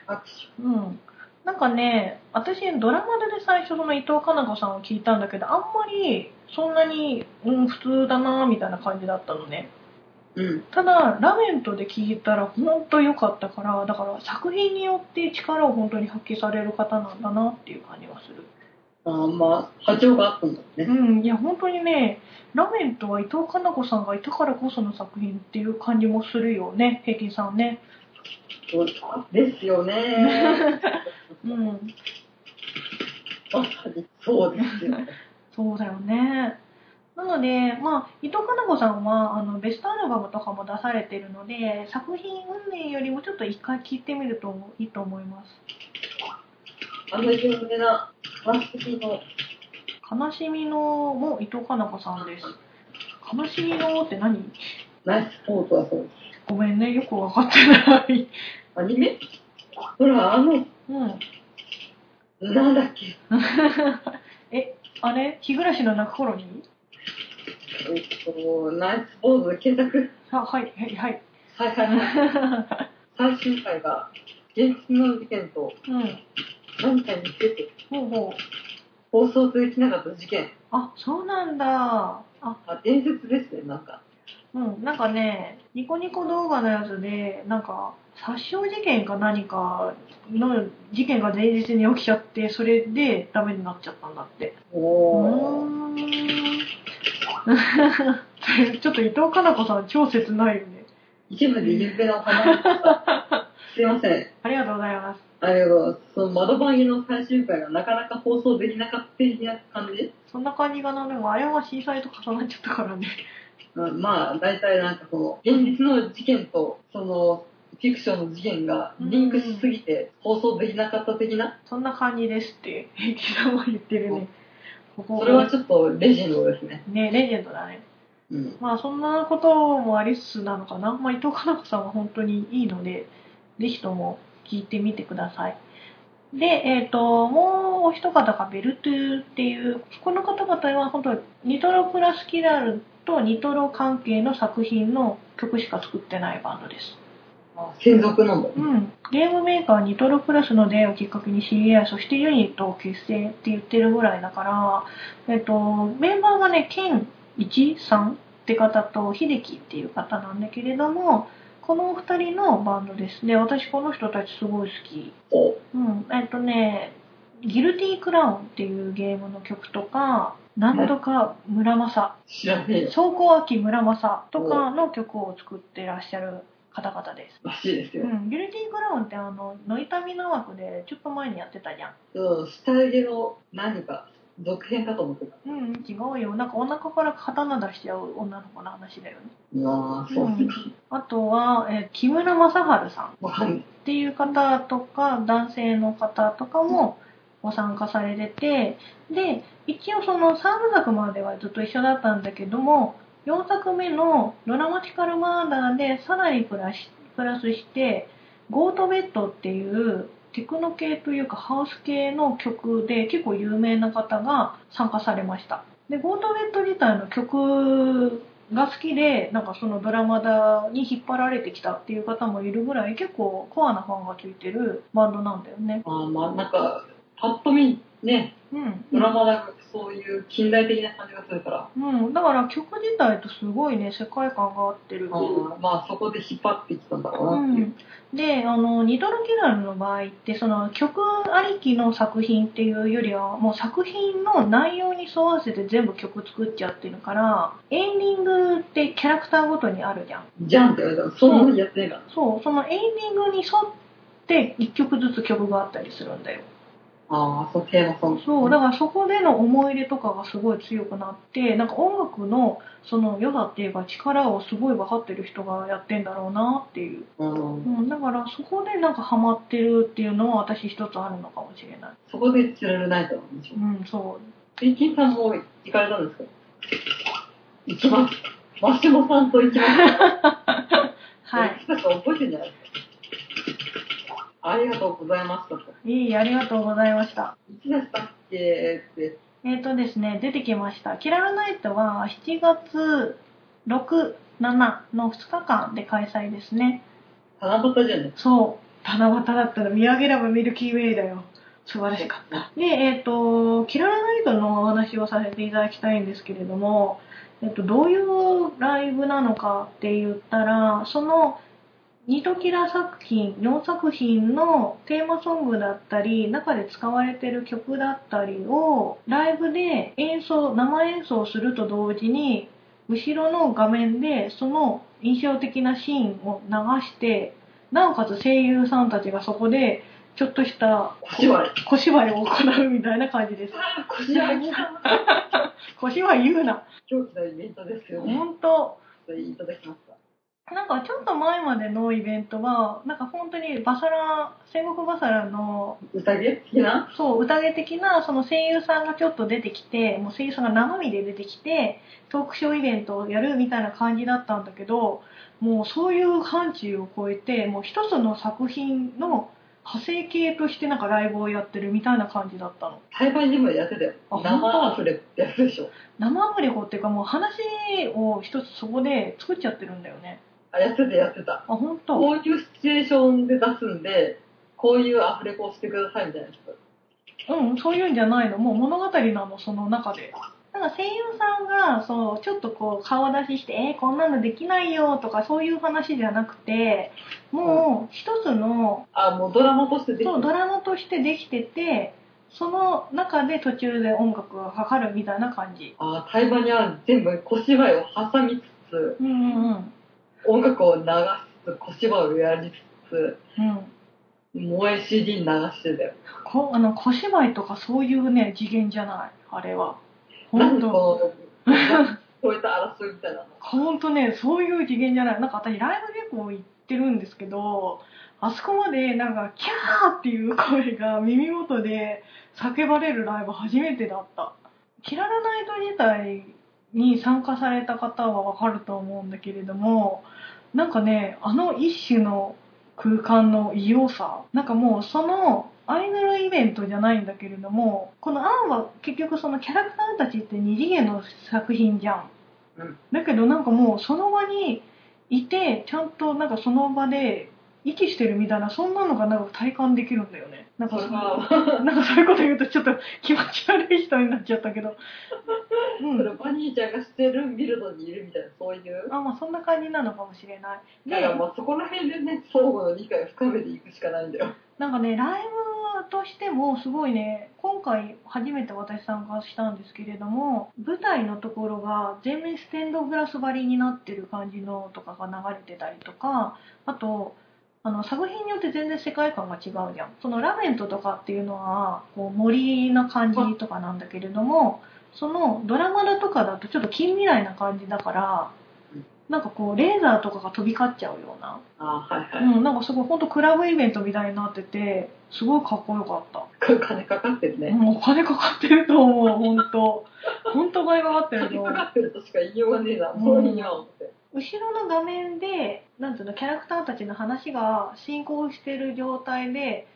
拍うん。なんかね、私ドラマで最初その伊藤かな子さんを聞いたんだけど、あんまりそんなに、うん、普通だなみたいな感じだったのね。手。うん。ただ、ラメントで聞いたら本当良かったから、だから作品によって力を本当に発揮される方なんだなっていう感じがする。あ、まあ、波長があったんだね。うん、いや本当にね、ラメントは伊藤かな子さんがいたからこその作品っていう感じもするよね、平均さんね。そうですよね。うん、まさに そうですよ。そうだよね。なので、まあ、伊藤かな子さんはあのベストアルバムとかも出されてるので作品運命よりもちょっと一回聴いてみるといいと思いますあの有名な、悲しみの、 「悲しみの」も伊藤かな子さんです「悲しみの」って何ナイスポートだそうです。ごめんねよくわかってないアニメほら、あの、うん なんだっけ。えあれ日暮らしの泣く頃にえっと、ナイスポートで検索。あはいはいはいはいはいはい。最終回が、現実の事件とうん何かにつけてほうほう放送できなかった事件。あそうなんだああ、伝説ですね、なんか。うん、なんかね、ニコニコ動画のやつで、なんか、殺傷事件か何かの事件が前日に起きちゃって、それでダメになっちゃったんだって。うーおー。ん。 ちょっと伊藤かな子さん超切ないよね。一部で有名なお 話。すいません。ありがとうございます。あれは、その窓番組の最終回がなかなか放送できなかった的な感じそんな感じがな、でもあれは震災と重なっちゃったからね。うんまあ、大体なんかこの、現実の事件と、その、フィクションの事件がリンクしすぎて放送できなかった的な、そんな感じですって、平気さんは言ってるね。ここそれはちょっとレジェンドですね。ね、レジェンドだね。うん。まあそんなこともありつつなのかな、まあ、伊藤かな子さんは本当にいいのでぜひとも聞いてみてくださいで、えっともうお一方がベルトゥーっていうこの方々は本当にニトロプラスキラルとニトロ関係の作品の曲しか作ってないバンドですあ専属なんだ。うん、ゲームメーカーニトロプラスの出会いをきっかけに知り合いそしてユニットを結成って言ってるぐらいだから、えっと、メンバーがねケン一さんって方と秀樹っていう方なんだけれどもこのお二人のバンドですね私この人たちすごい好きおうんえっとね「ギルティークラウン」っていうゲームの曲とか「なんとか村正」知らねえよ。倉庫秋村正とかの曲を作ってらっしゃる方々ですらしいですよ。うん、ギルティーグラウンってあのノイタミナ枠でちょっと前にやってたじゃん。うん、下着の何か、続編かと思ってた。うん、違うよ。なんかお腹から刀出しちゃう女の子の話だよね。うわー、そううっんすね。あとは、えー木村正治さんっわかんない。ていう方とか、男性の方とかもご参加されてて、で、一応その3部作まではずっと一緒だったんだけども、4作目のドラマティカルマーダーでさらにプラしプラスして、ゴートベッドっていうテクノ系というかハウス系の曲で結構有名な方が参加されました。で、ゴートベッド自体の曲が好きで、なんかそのドラマだに引っ張られてきたっていう方もいるぐらい結構コアなファンがついてるバンドなんだよね。あーまあ、なんか、パッと見、ね、うん。ドラマだからそういう近代的な感じがするから、うん、だから曲自体とすごいね、世界観が合ってる。あーまあそこで引っ張ってきたんだろううなっていう。ん、であのニトロキラルの場合ってその曲ありきの作品っていうよりはもう作品の内容に沿わせて全部曲作っちゃってるからエンディングってキャラクターごとにあるじゃんじゃんって言われたら、そんなにやってないから。そうそのエンディングに沿っって1曲ずつ曲があったりするんだよああ、そう、テーマソング。そうだからそこでの思い入れとかがすごい強くなってなんか音楽のその良さっていうか力をすごい分かってる人がやってんだろうなっていう、うん。うん、だからそこでなんかハマってるっていうのは私一つあるのかもしれないそこで知られないと思うんでしょ。うんそうリキンさんも行かれたんですか行きます。マシモさんと行きます。はい。なんか覚えてんじゃないですか。ありがとうございましたと。いいありがとうございましたいつでしたっけって。えーとですね、出てきました。キララナイトは7月6、7の2日間で開催ですね。七夕じゃないそう、七夕だったら見上げればミルキーウェイだよ。素晴らしかった。で、えーと、キララナイトのお話をさせていただきたいんですけれども、えーと、どういうライブなのかって言ったら、その、ニトキラ作品、4作品のテーマソングだったり、中で使われてる曲だったりを、ライブで演奏、生演奏すると同時に、後ろの画面でその印象的なシーンを流して、なおかつ声優さんたちがそこで、ちょっとした小芝居。小芝居を行うみたいな感じです。小芝居。小芝居言うな。狂気のイベントですよね。本当いただきました。なんかちょっと前までのイベントは、なんか本当にバサラ、戦国バサラの、宴好きなそう、宴的な、その声優さんがちょっと出てきて、もう声優さんが生身で出てきて、トークショーイベントをやるみたいな感じだったんだけど、もうそういう範疇を超えて、もう一つの作品の派生系としてなんかライブをやってるみたいな感じだったの。栽培ジムでやってたよ。あ生アフレってやつでしょ。生アフレコっていうかもう話を一つそこで作っちゃってるんだよね。あ、やってたやってた。あ、本当。こういうシチュエーションで出すんで、こういうアフレコをしてくださいみたいな人。うん、そういうんじゃないの。もう物語なの、その中で。なんか声優さんが、そう、ちょっとこう、顔出しして、えーこんなのできないよとか、そういう話じゃなくて、もう、一つの、あ、もうドラマとしてできそう、た。ドラマとしてできてて、その中で途中で音楽がかかるみたいな感じ。あ、対話には全部小芝居を挟みつつ、うんうんうん。音楽を流しつつ、小芝居をやりつつ、うん。萌え CD 流してたよ。こあの、小芝居とかそういうね、次元じゃない。あれは。な本んで当こ の、超えた争いみたいなの。本当ね、そういう次元じゃない。なんか私ライブ結構行ってるんですけど、あそこまでなんか、キャーっていう声が耳元で叫ばれるライブ初めてだった。キララナイト自体に参加された方はわかると思うんだけれども、なんかね、あの一種の空間の異様さ、なんかもうそのアイドルイベントじゃないんだけれども、このアンは結局そのキャラクターたちって二次元の作品じゃん。だけどなんかもうその場にいてちゃんとなんかその場で息してるみたいなそんなのがなんか体感できるんだよねなんそかれそは、なんかそういうこと言うとちょっと気持ち悪い人になっちゃったけど、うそん れ、バニーちゃんがしてるビルドにいるみたいな、そういう。あまあそんな感じなのかもしれないだでからまあそこら辺でね、相互の理解を深めていくしかないんだよ。なんかねライブとしてもすごいね今回初めて私参加したんですけれども舞台のところが全面ステンドグラス張りになってる感じのとかが流れてたりとかあとあの作品によって全然世界観が違うじゃんそのラメントとかっていうのはこう森な感じとかなんだけれどもそのドラマだとかだとちょっと近未来な感じだからうんなんかこうレーザーとかが飛び交っちゃうようなあはいはい。うん、なんかすごい本当クラブイベントみたいになっててすごいかっこよかった、金かかってるね。もうんお金かかってると思う本当本当倍かかってると金思うかかってるとしか言いようがねえな、うんそういうには思って。後ろの画面でなんていうのキャラクターたちの話が進行してる状態で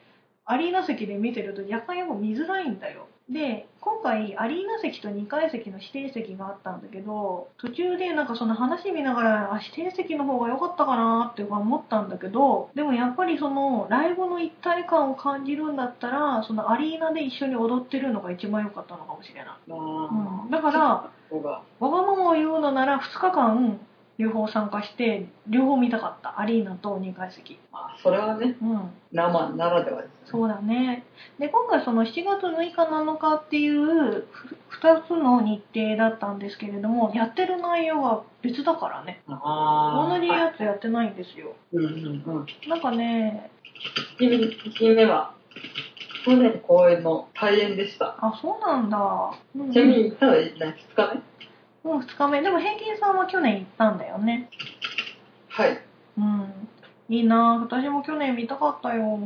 アリーナ席で見てると若干やっぱ見づらいんだよで今回アリーナ席と2階席の指定席があったんだけど途中でなんかその話見ながらあ指定席の方が良かったかなっていうか思ったんだけどでもやっぱりそのライブの一体感を感じるんだったらそのアリーナで一緒に踊ってるのが一番良かったのかもしれない、まあ、うん、だからここが。わがままを言うのなら2日間両方参加して両方見たかったアリーナと2階席まあ、それはね、うん生ならではですよね。そうだね。で、今回その7月6日7日っていう2つの日程だったんですけれども、やってる内容が別だからね。あ同ーじはいやつやってないんですよ。うんうんうん。なんかね、 1品目は、去年公演の開演でした。あ、そうなんだ。うんちなみに行ったのは何ですかねもう2日目。でも平均さんは去年行ったんだよね。はい。うん。いいなぁ私も去年見たかったよ。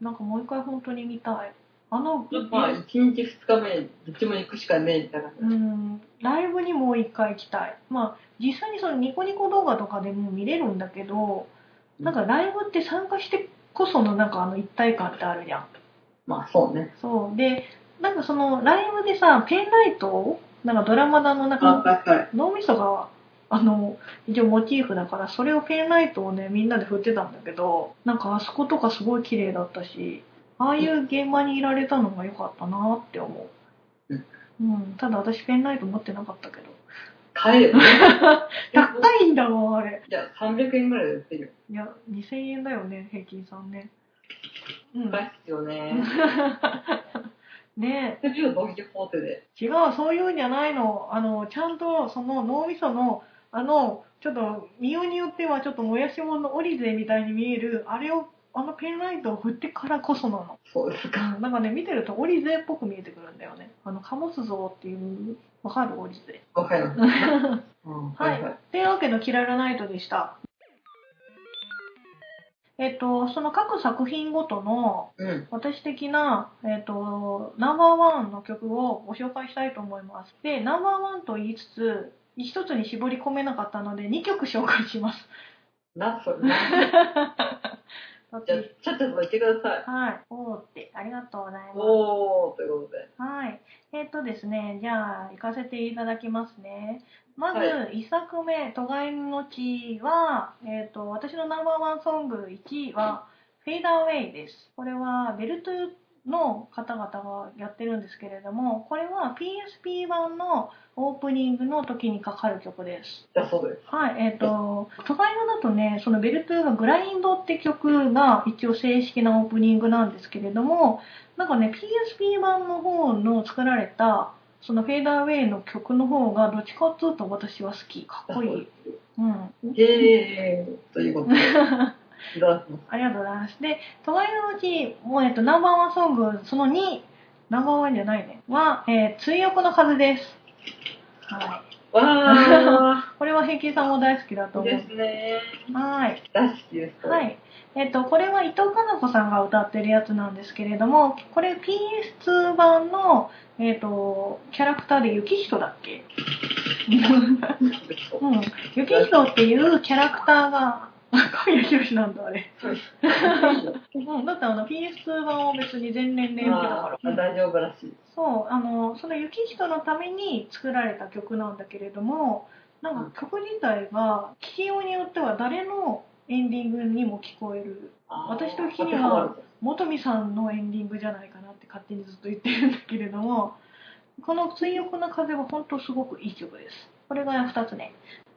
なんかもう一回本当に見たい。あの、まあ、1日2日目、どっちも行くしかねえみたいな。うん、ライブにもう一回行きたい。まあ、実際にそのニコニコ動画とかでも見れるんだけど、なんかライブって参加してこそのなんかあの一体感ってあるじゃん。まあ、そうね。そう。で、なんかそのライブでさ、ペンライトを、なんかドラマだの中のはいはい。脳みそが、あの、一応モチーフだから、それをペンライトをね、みんなで振ってたんだけど、なんかあそことかすごい綺麗だったし、ああいう現場にいられたのが良かったなって思う。うんうん、ただ私ペンライト持ってなかったけど。帰る。 高いんだもん、あれ。いや、300円ぐらいで売ってるよ。いや、2000円だよね、平均さんね。うん。高いっすよね。ねそれをドン・キホーテで。え違う、そういうんじゃないの。あの、ちゃんと、その脳みその、あの、ちょっと、見ようによっては、ちょっともやしもんのオリゼみたいに見える、あれを、あのペンライトを振ってからこそなの。 そうですか。うんなんかね、見てるとオリゼっぽく見えてくるんだよね。あの、カモス像っていう、わかるオリゼ。わかります。うんはい。というわけのキララナイトでした。えっと、その各作品ごとのうん。私的な、えっと、ナンバーワンの曲をご紹介したいと思います。で、ナンバーワンと言いつつ、一つに絞り込めなかったので、2曲紹介します。 な、それ。だっじゃあ、てちゃっちゃと言ってください。はい。おーって、ありがとうございます。おー、ということで。はい。えっ、とですね、じゃあ、行かせていただきますね。まず、は一作目、都外の地は、えっ、と、私のナンバーワンソング1位は、フェイダーウェイです。これは、ベルトゥの方々がやってるんですけれども、これは PSP 版のオープニングの時にかかる曲です。だそうです。はい、えっ、と、都会のだとね、そのベルトゥーがグラインドって曲が一応正式なオープニングなんですけれども、なんかね、PSP 版の方の作られた、そのフェーダーウェイの曲の方がどっちかっていうと私は好き。かっこいい。うん。 へー、ということで。いただきます。ありがとうございます。で、隣のうち、もうえっと、ナンバーワンソング、その2、ナンバーワンじゃないね、は、えー、追憶の風です。はい。わこれは平均さんも大好きだと ー、い思いですね。う。はい。大好きです。 は。い。えっと、これは伊藤かな子さんが歌ってるやつなんですけれども、これ PS2 版の、えっと、キャラクターで雪人だっけうん。雪人っていうキャラクターが、 あ、神谷博なんだ、あれ。うん。だってあの PS2 版を別に全年齢向けだまかあら。大丈夫らしい。そう、あの、その雪人のために作られた曲なんだけれども、なんか曲自体が、聞きようによっては誰のエンディングにも聞こえる私的には元美さんのエンディングじゃないかなって勝手にずっと言ってるんだけれどもこの「追憶の風」は本当すごくいい曲ですこれが2つ目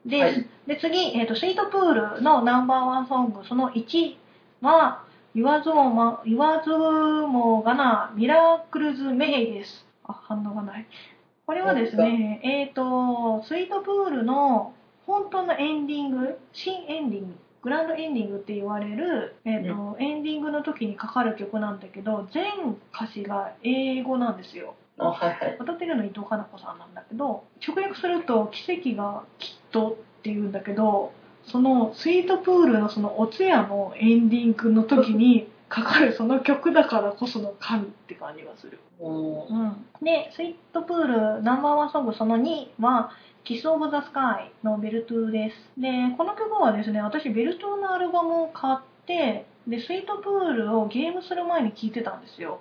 で,、はいで次、えーと「スイートプール」のナンバーワンソングその1は言わずもま言わずもがなミラクルズ・メイですあ反応がないこれはですねえっ、とスイートプールの本当のエンディング新エンディンググランドエンディングって言われる、えーとエンディングの時にかかる曲なんだけど全歌詞が英語なんですよあはいはい。歌ってるの伊藤かな子さんなんだけど直訳すると「奇跡がきっと」っていうんだけどそのスイートプールのそのお通夜のエンディングの時にかかるその曲だからこその神って感じがするもで、スイートプールナンバーワンソングその2は、キスオブザスカイのベルトゥーです。で、この曲はですね、私ベルトゥーのアルバムを買って、で、スイートプールをゲームする前に聴いてたんですよ。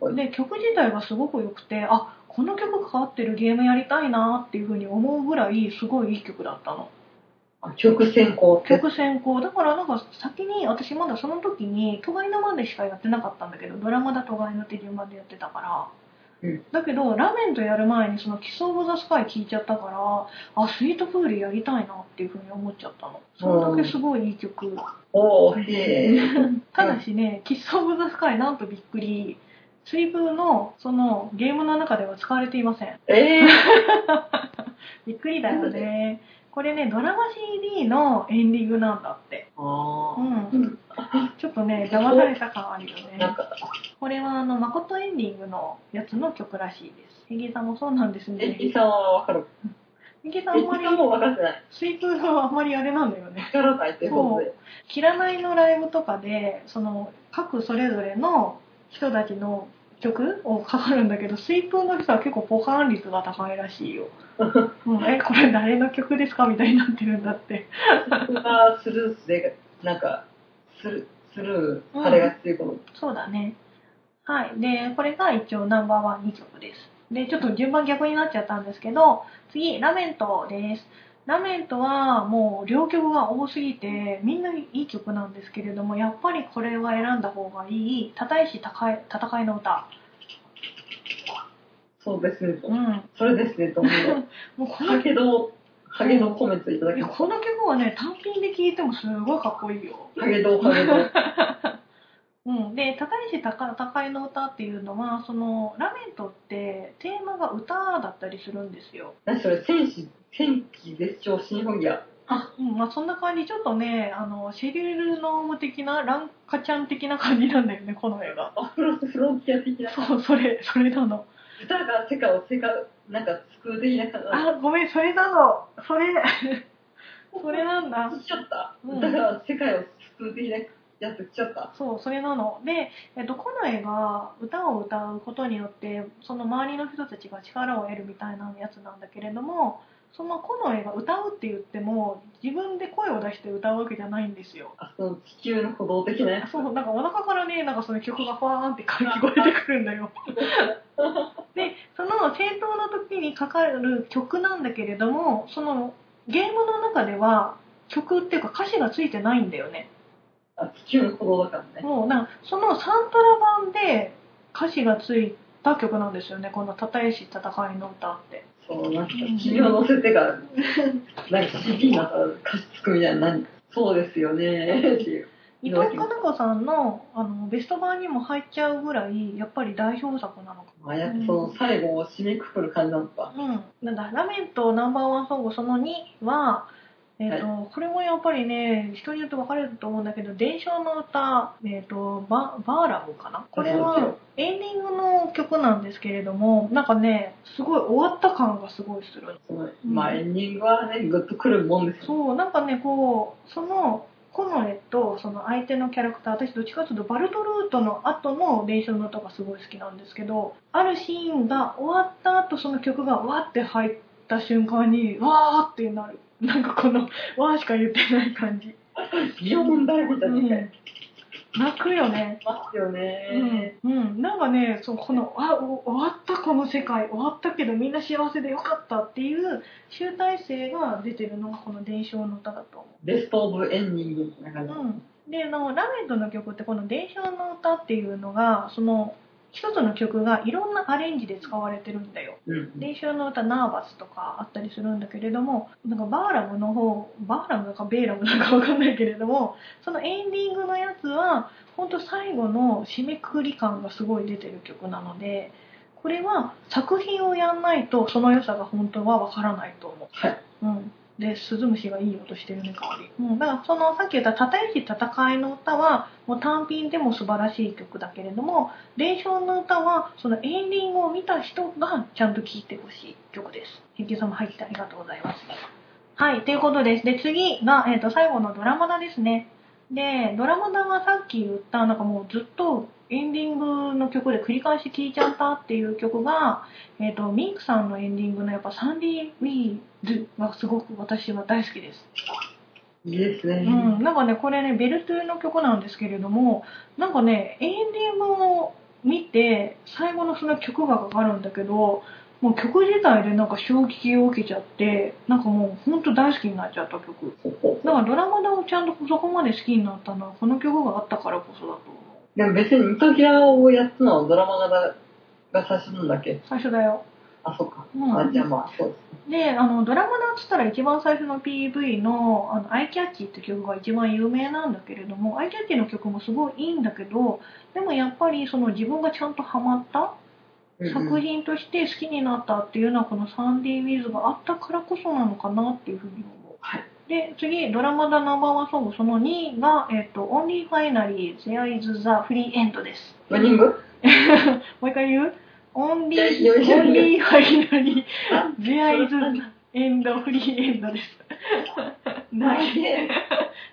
う、で、曲自体がすごく良くて、あ、この曲変わってるゲームやりたいなっていう風に思うぐらい、すごいいい曲だったの。曲選考って。曲選考だからなんか先に私まだその時に「トガイのまでしかやってなかったんだけどドラマだトガイのって順番でやってたからうんだけどラメンとやる前にその「キス・オブ・ザ・スカイ」聞いちゃったからあスイートプールやりたいなっていうふうに思っちゃったのそれだけすごいいい曲おー、へ ー。ただしね「キス・オブ・ザ・スカイ」なんとびっくりスイープのそのゲームの中では使われていませんえー、びっくりだよねこれねドラマ CD のエンディングなんだってあうー。んちょっとね騙された感あるよねなんか、これはあの誠エンディングのやつの曲らしいです。ヘギさんもそうなんですエね。キさんはわかる。ヘギさんあエんまキりさんも分かってない。スイープはあんまりあれなんだよね。わからないということで。キラナイのライブとかでその各それぞれの人たちの曲をかかるんだけど、スイープの人は結構ポカーン率が高いらしい よ。うん、えこれ誰の曲ですかみたいになってるんだって。僕がスルーで、なんか、スルー、スルー、あれが強いこと。そうだね。はい。で、これが一応ナンバーワン2曲です。で、ちょっと順番逆になっちゃったんですけど、次、ラメントです。ラメントはもう両曲が多すぎて、みんないい曲なんですけれども、やっぱりこれは選んだ方がいい、たたいし高い戦いの歌。そうですねとう。ん。それですねと思うよ。もうこのハゲの、ハゲのコメントいただいきやます。この曲はね、単品で聴いてもすごいかっこいいよ。ハゲド、ハゲド。うん、で「高石高高いの歌」っていうのはそのラメントってテーマが歌だったりするんですよ。何それ、戦士、戦記絶頂新本屋。うんまあ、そんな感じちょっとねあのシェリル・ノーム的なランカちゃん的な感じなんだよねこの映画アフロスフロンティア的な。そうそれそれなの歌が世界を世界、なんか救う的な感あごめんそれなのそ れそれなんだじ。来ちゃった。うんだから世界を救う的なやつ来ちゃった。そうそれなので、えっと、この映画歌を歌うことによってその周りの人たちが力を得るみたいなやつなんだけれどもそのこの映画歌うって言っても自分で声を出して歌うわけじゃないんですよあ、その地球の鼓動的なやつ。 そうなんかお腹からねなんかその曲がファーンって聞こえてくるんだよでその戦闘の時にかかる曲なんだけれどもそのゲームの中では曲っていうか歌詞がついてないんだよねあ、地球の鼓動だからね。もうなんかそのサントラ版で歌詞がついた曲なんですよねこの「たたえし戦いの歌」ってそう、なんか、君を乗せて が、なんか CD になったら歌詞つくみたいな、何そうですよね、っていう。伊藤かな子さんのあのベスト版にも入っちゃうぐらいやっぱり代表作なのかまあ、やっぱその最後を締めくくる感じなのか。うん、なんだラメンとナンバーワンソングその2は、えーとこれもやっぱりね人によって分かれると思うんだけど「伝承の歌」えーとバ「バーラム」かなこれそうはそエンディングの曲なんですけれどもなんかねすごい終わった感がすごいするそのまあ、エンディングはね、グッとくるもんですよ。そうなんかねこうそのコノエとその相手のキャラクター私どっちかというとバルトルートの後の練習の歌がすごい好きなんですけどあるシーンが終わった後その曲がわって入った瞬間にわーってなる なんかこのわーしか言ってない感じ、疑問だらけじゃねえかよ。泣くよねますよね。うん、うん、なんかねそうこのあお終わったこの世界終わったけどみんな幸せでよかったっていう集大成が出てるのがこの伝承の歌だと思うベストオブエンディングみたいな感じ。うん、であのラメントの曲ってこの「伝承の歌」っていうのがその一つの曲がいろんなアレンジで使われてるんだよう「ん伝承の歌ナーバス」とかあったりするんだけれどもなんかバーラムの方バーラムだかベーラムだかわかんないけれどもそのエンディングのやつは本当最後の締めくくり感がすごい出てる曲なのでこれは作品をやんないとその良さが本当はわからないと思う。はい。うん、でスズムシがいい音してるね香り、うん、だからそのさっき言った「たたえし戦いの歌は」もう単品でも素晴らしい曲だけれども「霊障の歌は」そのエンディングを見た人がちゃんと聴いてほしい曲です研究さんも入ってありがとうございますはいということですで次が、えー、と最後のドラマだですねでドラマだはさっき言ったなんかもうずっとエンディングの曲で繰り返し聴いちゃったっていう曲がえー、とミンクさんのエンディングのやっぱ「サンディ・ウィーズ」がすごく私は大好きです、いいですうね。ん、なんかねこれねベルトゥの曲なんですけれどもなんかねエンディングを見て最後のその曲がかかるんだけどもう曲自体でなんか衝撃を受けちゃってなんかもう本当大好きになっちゃった曲ほうほうだからドラマでもちゃんとそこまで好きになったのはこの曲があったからこそだと思うでも別にミトギアをやったのはドラマがだが最初なんだっけ最初だよ。あ、そっか。うんあ、じゃあまあ、そうです。で、あの、ドラマで映ったら一番最初の PV の、あの、アイキャッチって曲が一番有名なんだけれども、アイキャッチの曲もすごいいいんだけど、でもやっぱりその自分がちゃんとハマった作品品として好きになったっていうのはこのサンディ・ウィズがあったからこそなのかなっていうふうに思う。はいで、次、ドラマだナンバーワンソングその2が、えっ、と、Only Finally There is the Free End です。ランニングもう一回言う ?Only, やいやいや only Finally あ There is the End Free End です。投ない。げ、え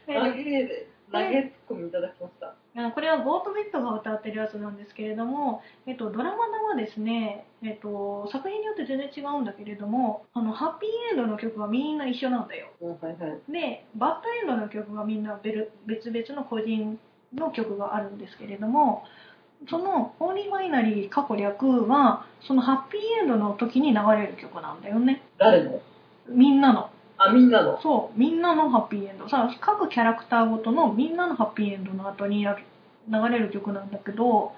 投げで、投げツッコミいただきました。あこれはゴートベッドが歌ってるやつなんですけれども、えっと、ドラマではですね、えっと、作品によって全然違うんだけれどもあのハッピーエンドの曲はみんな一緒なんだようんはいはい。でバッドエンドの曲はみんな別別々の個人の曲があるんですけれどもその「オーリー・ファイナリー」過去略はそのハッピーエンドの時に流れる曲なんだよね誰のみんなのあ、みんなの。そう、みんなのハッピーエンド。さ、各キャラクターごとのみんなのハッピーエンドの後にやる流れる曲なんだけど、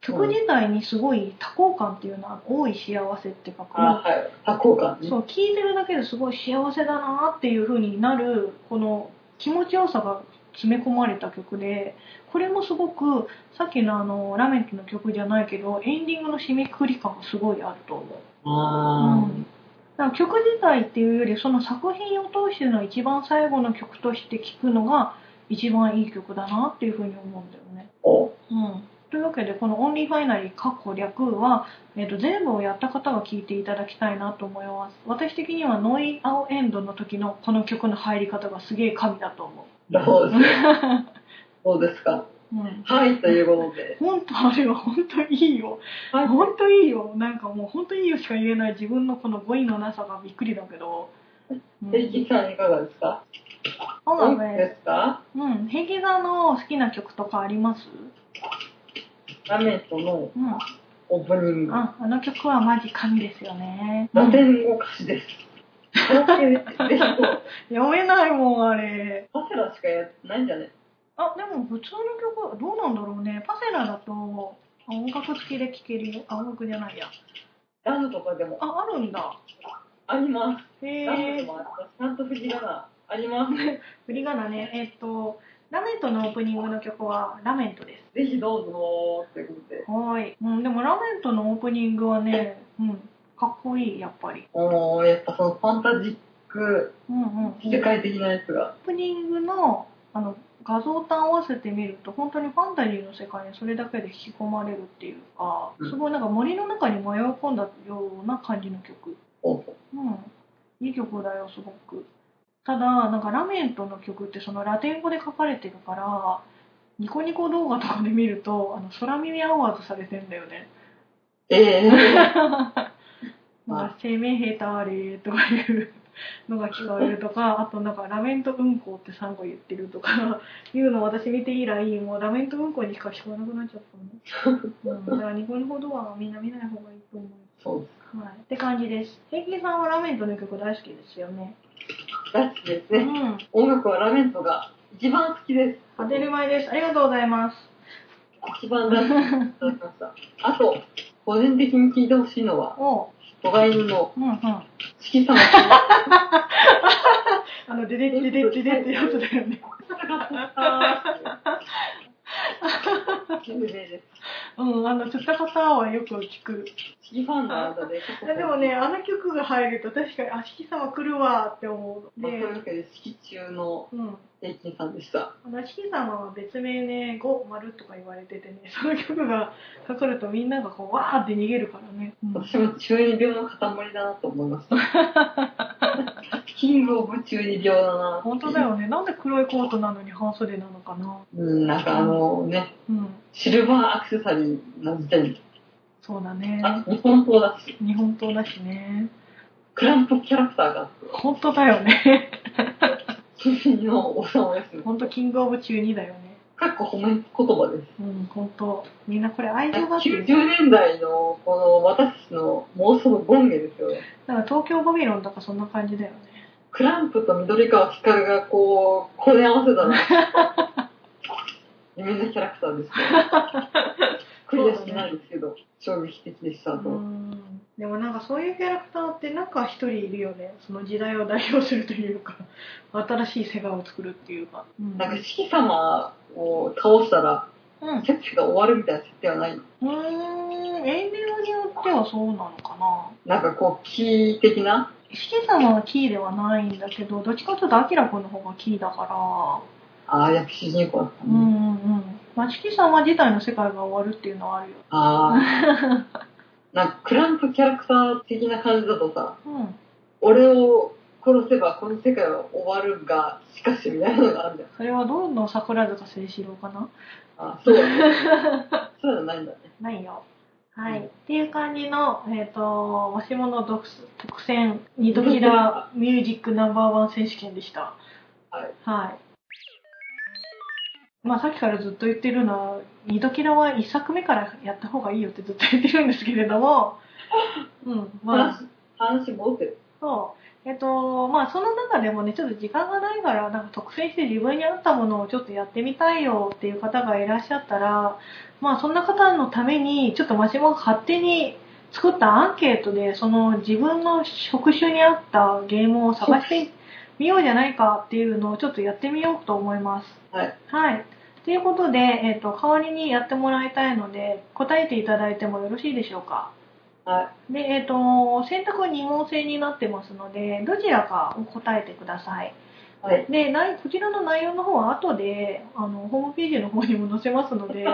曲自体にすごい多幸感っていうのは多い幸せって書く。あ、はい。多幸感ね。そう、聴いてるだけですごい幸せだなっていう風になる、この気持ちよさが詰め込まれた曲で、これもすごく、さっきのあの、ラメントの曲じゃないけど、エンディングの締めくくり感がすごいあると思う。あうんだから曲自体っていうよりその作品を通しての一番最後の曲として聴くのが一番いい曲だなっていうふうに思うんだよね。ー。おうん、というわけでこの「オンリーファイナリー」過去略は、えっと全部をやった方は聴いていただきたいなと思います私的にはノイ・アオ・エンドの時のこの曲の入り方がすげえ神だと思どう ですかどうですかう、うん、はい、ということで。本当あれは本当いいよはい。本当いいよなんかもう本当いいよしか言えない自分のこの語彙のなさがびっくりだけど、うんえ、いきさんいかがですかそうだいいねですかうん、壁画の好きな曲とかありますラメットのうん。オープニング。あ、あの曲はマジ神ですよね。ラテうんン語歌詞です。合計で、でしょ。読めないもん、あれ。パセラしかやってないんじゃねあ、でも普通の曲、どうなんだろうね。パセラだと、あ音楽付きで聴けるよ。あ、音楽じゃないや。ラムとかでもあ、あるんだ。あります。へラムでえ。もあります。ちゃんと振り仮名あります。振り仮名ね。えっと、ラメントのオープニングの曲は、ラメントです。ぜひどうぞーということで。はーい。うん、でもラメントのオープニングはね、うん、かっこいい、やっぱり。おー、やっぱそのファンタジック、うんうん。世界的なやつが。オープニングのあの画像と合わせてみると本当にファンタジーの世界にそれだけで引き込まれるっていうかうんすごいなんか森の中に迷い込んだような感じの曲、おううん、いい曲だよすごくただなんかラメントの曲ってそのラテン語で書かれてるからニコニコ動画とかで見るとあの空耳アワードされてんだよねえー、なんか「生命兵たれ」とかいう のが聞こえるとかあとなんか「ラメント運行」って3個言ってるとかいうのを私見て以来もうラメント運行にしか聞こえなくなっちゃったの、うん、だからニコニコ動画はみんな見ない方がいいと思 そうです。う、はい、って感じです平気さんはラメントの曲大好きですよね大好きですうね。ん音楽はラメントが一番好きです。当てる前ですありがとうございます一番大好きいただきました。あと、個人的に聞いてほしいのは、おう都外人のうんうんあ四季 様とのデデデデデデってやつだよね有名です。うんあの「つった方」はよく聞く四季ファンの間で結い構。やでもね、あの曲が入ると確かに、あ、四季様来るわーって思う。まあ、そで、ういうわけで、四季中のうん。平均さんでした。あの、四季様は別名ね、五丸とか言われててね、その曲がかかるとみんながこう、わーって逃げるからね。うん私も中二病の塊だなと思いました。 キングオブ中二病だな。本当だ。よね。なんで黒いコートなのに半袖なのかな。うん、なんかあのね、うん。シルバーアクセサリーの時点に、そうだね。あ、日本刀だし、日本刀だしね。クランプキャラクターが、本当だよね。中二のおさをやすむ。本当キングオブ中2だよね。かっこ褒め言葉です。うん、本当。みんなこれ愛情があってる。 90年代のこの私たちの妄想の権下ですよね。だから東京バビロンとかそんな感じだよね。クランプと緑川光がこう、こね合わせたな。有名なキャラクターですね。クリアしてないんですけど、衝撃的でしたうと、んでもなんかそういうキャラクターってなんか一人いるよねその時代を代表するというか新しい世界を作るっていうか、うんなんか四季様を倒したらうん設定が終わるみたいな設定はない。うーん、エンディングによってはそうなのかな。なんかこう、キー的な四季様はキーではないんだけど、どっちかというと、アキラくんの方がキーだかああ、やっぱ主人公だったら、うんうんうん。まあ、四季様自体の世界が終わるっていうのはあるよ。ああ。なんかクランプキャラクター的な感じだとさ、うん。俺を殺せばこの世界は終わるが、しかしみたいなのがあるんだよ。それはどんどん桜塚清志郎かなあ あ、そうだね。そうじゃないんだね。ないよ。はい。うんっていう感じの、えっ、と、もしもの独特選、ニトキラ ミュージックナンバーワン選手権でした。はい。はい。まあさっきからずっと言ってるのは、ニトキラは一作目からやった方がいいよってずっと言ってるんですけれど も、うん、まあ、話、話戻ってる。そう。えっと、まあその中でもね、ちょっと時間がないから、なんか特選して自分に合ったものをちょっとやってみたいよっていう方がいらっしゃったら、まあそんな方のために、ちょっとマシモが勝手に作ったアンケートで、その自分の職種に合ったゲームを探してみようじゃないかっていうのをちょっとやってみようと思います。はい。はい。ということで、えっと、代わりにやってもらいたいので、答えていただいてもよろしいでしょうかはで、えっ、と、選択は二問制になってますので、どちらかを答えてください。い。はい。で、ないこちらの内容の方は後で、あの、ホームページの方にも載せますので、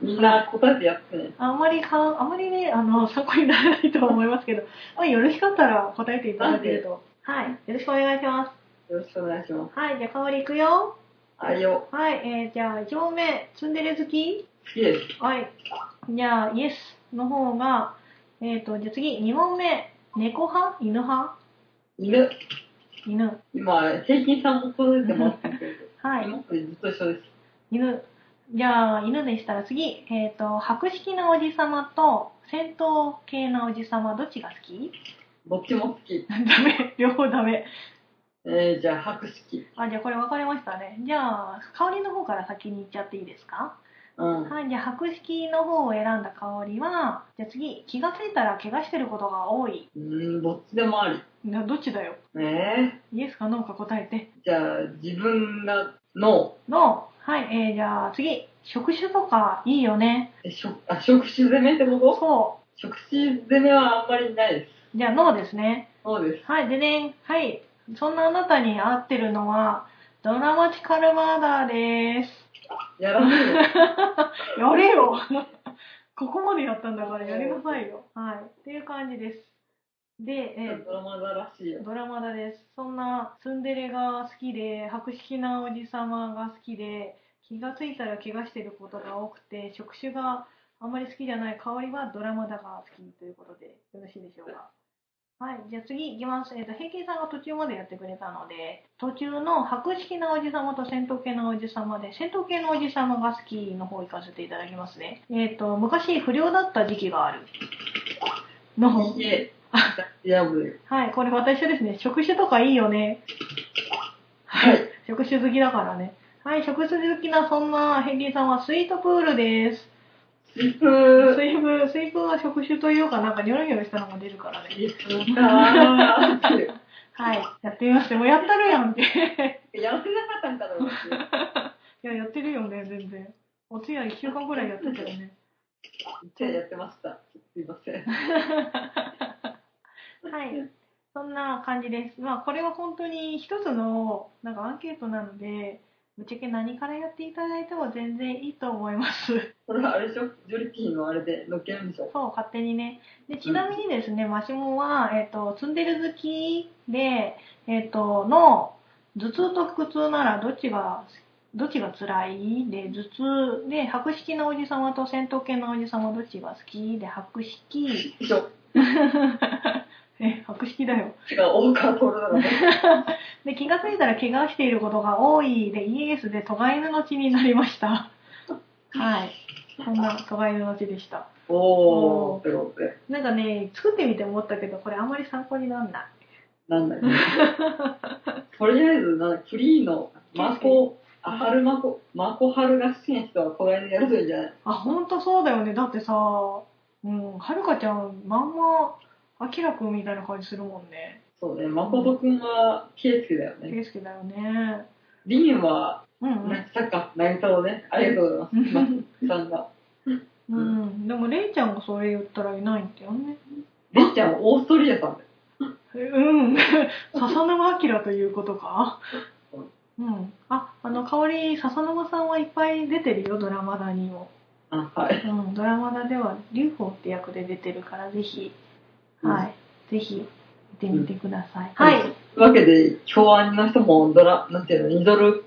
みんな答えてやってね。あんまりか、あんまりね、あの、参考にならないとは思いますけど、まあ、よろしかったら答えていただけると。はい。よろしくお願いしまよろしくお願いします。す。はい。じゃあ、代わりいくよ。あいよ、はい。えー、じゃあ、一問目、ツンデレ好き好きです。はい。じゃあ、イエスの方が、えっ、と、じゃあ次、二問目、猫派犬派犬、犬。今、平均さんも答えてますけど、はい。今までずっと一緒です。犬。じゃあ、犬でしたら次、えっ、と、白色なおじさまと、戦闘系なおじさま、どっちが好き どっちも好き。ダメ。両方ダメ。えー、じゃあ、白色。あ、じゃあこれ分かれましたね。じゃあ、香りの方から先に行っちゃっていいですかうん。はい、じゃあ、白色の方を選んだ香りは、じゃあ次、気がついたら怪我してることが多い。うん、どっちでもあり。などっちだよ。ねイエスかノーか答えてえ。じゃあ、自分が、の、ノー。はい、えー、じゃあ次、職種とかいいよね。えしょあ、触手攻めってことそ触手攻めはあんまりないです。う。じゃあ、ノーですね。そうです。はい、でね、はい。そんなあなたに合ってるのは、ドラマティカルマーダーです。やらない の。やれよ ここまでやったんだからやりなさいよ。はい。っていう感じです。で、えドラマだらしいよー。ドラマだです。そんなツンデレが好きで、白色なおじさまが好きで、気がついたら怪我してることが多くて、職種があんまり好きじゃない香りはドラマだが好きということで、よろしいでしょうか。はい、じゃあ次いきます。えっ、と、平均さんが途中までやってくれたので、途中の白色なおじさまと戦闘系のおじさまで、戦闘系のおじさまが好きの方行かせていただきますね。えっ、と、昔不良だった時期がある。の方いいえ。いや、もう、はい、これ私ですね。職種とかいいよね。はい。職種好きだからね。はい、職種好きなそんなヘンリーさんはスイートプールです。スイースプイプ、スイプは職種というかなんかニョロニョロしたのが出るからね。スイープかー。はい、やってみますよ。もうやったる やんけ。いやってなかったんかな、私。や、やってるよね、全然。お通夜1週間ぐらいやってたよね。じゃあやってました。すいません。はい。そんな感じです。まあ、これは本当に一つの、なんかアンケートなので、ぶっちゃけ何からやっていただいても全然いいと思います。これはあれでしょジョリティのあれで乗っけるんでしょそう、勝手にね。で、ちなみにですね、マシモは、えっ、と、ツンデレ好きで、えっ、と、の、頭痛と腹痛ならどっちが、どっちが辛いで、頭痛、で、白色のおじさまと戦闘系のおじさまどっちが好きで、白 色、一緒。え、白色だよ。違う、大川徹だろ。で、気がついたら怪我していることが多いで、イエスで、トガ犬の血になりました。はい。そんな、トガ犬の血でした。おー、ってことで。なんかね、作ってみて思ったけど、これあんまり参考になんない。なんだよ。とりあえずな、フリーのマーコあはるまこ、まこはるが出演したらこの間やるといいんじゃないあ本当そうだよねだってさうんはるかちゃんまんまあきらくんみたいな感じするもんねそうね、誠くんは圭介だよね。圭介だよねりんは、うんなサッカー、なぎさをね、ありがとうございます。まさんが。うん、うん、でもれいちゃんがそれ言ったらいないんだよねりっちゃんはオーストリアさんだよ。うん。笹沼明ということか。うん。あ、あの、香り、笹沼さんはいっぱい出てるよ、ドラマだにも。あ、はい。うん、ドラマだでは、劉邦って役で出てるから、ぜひ、はい、ぜひ、見てみてください。はい。というわけで、共演の人もドラ、なんていうの、ニドル、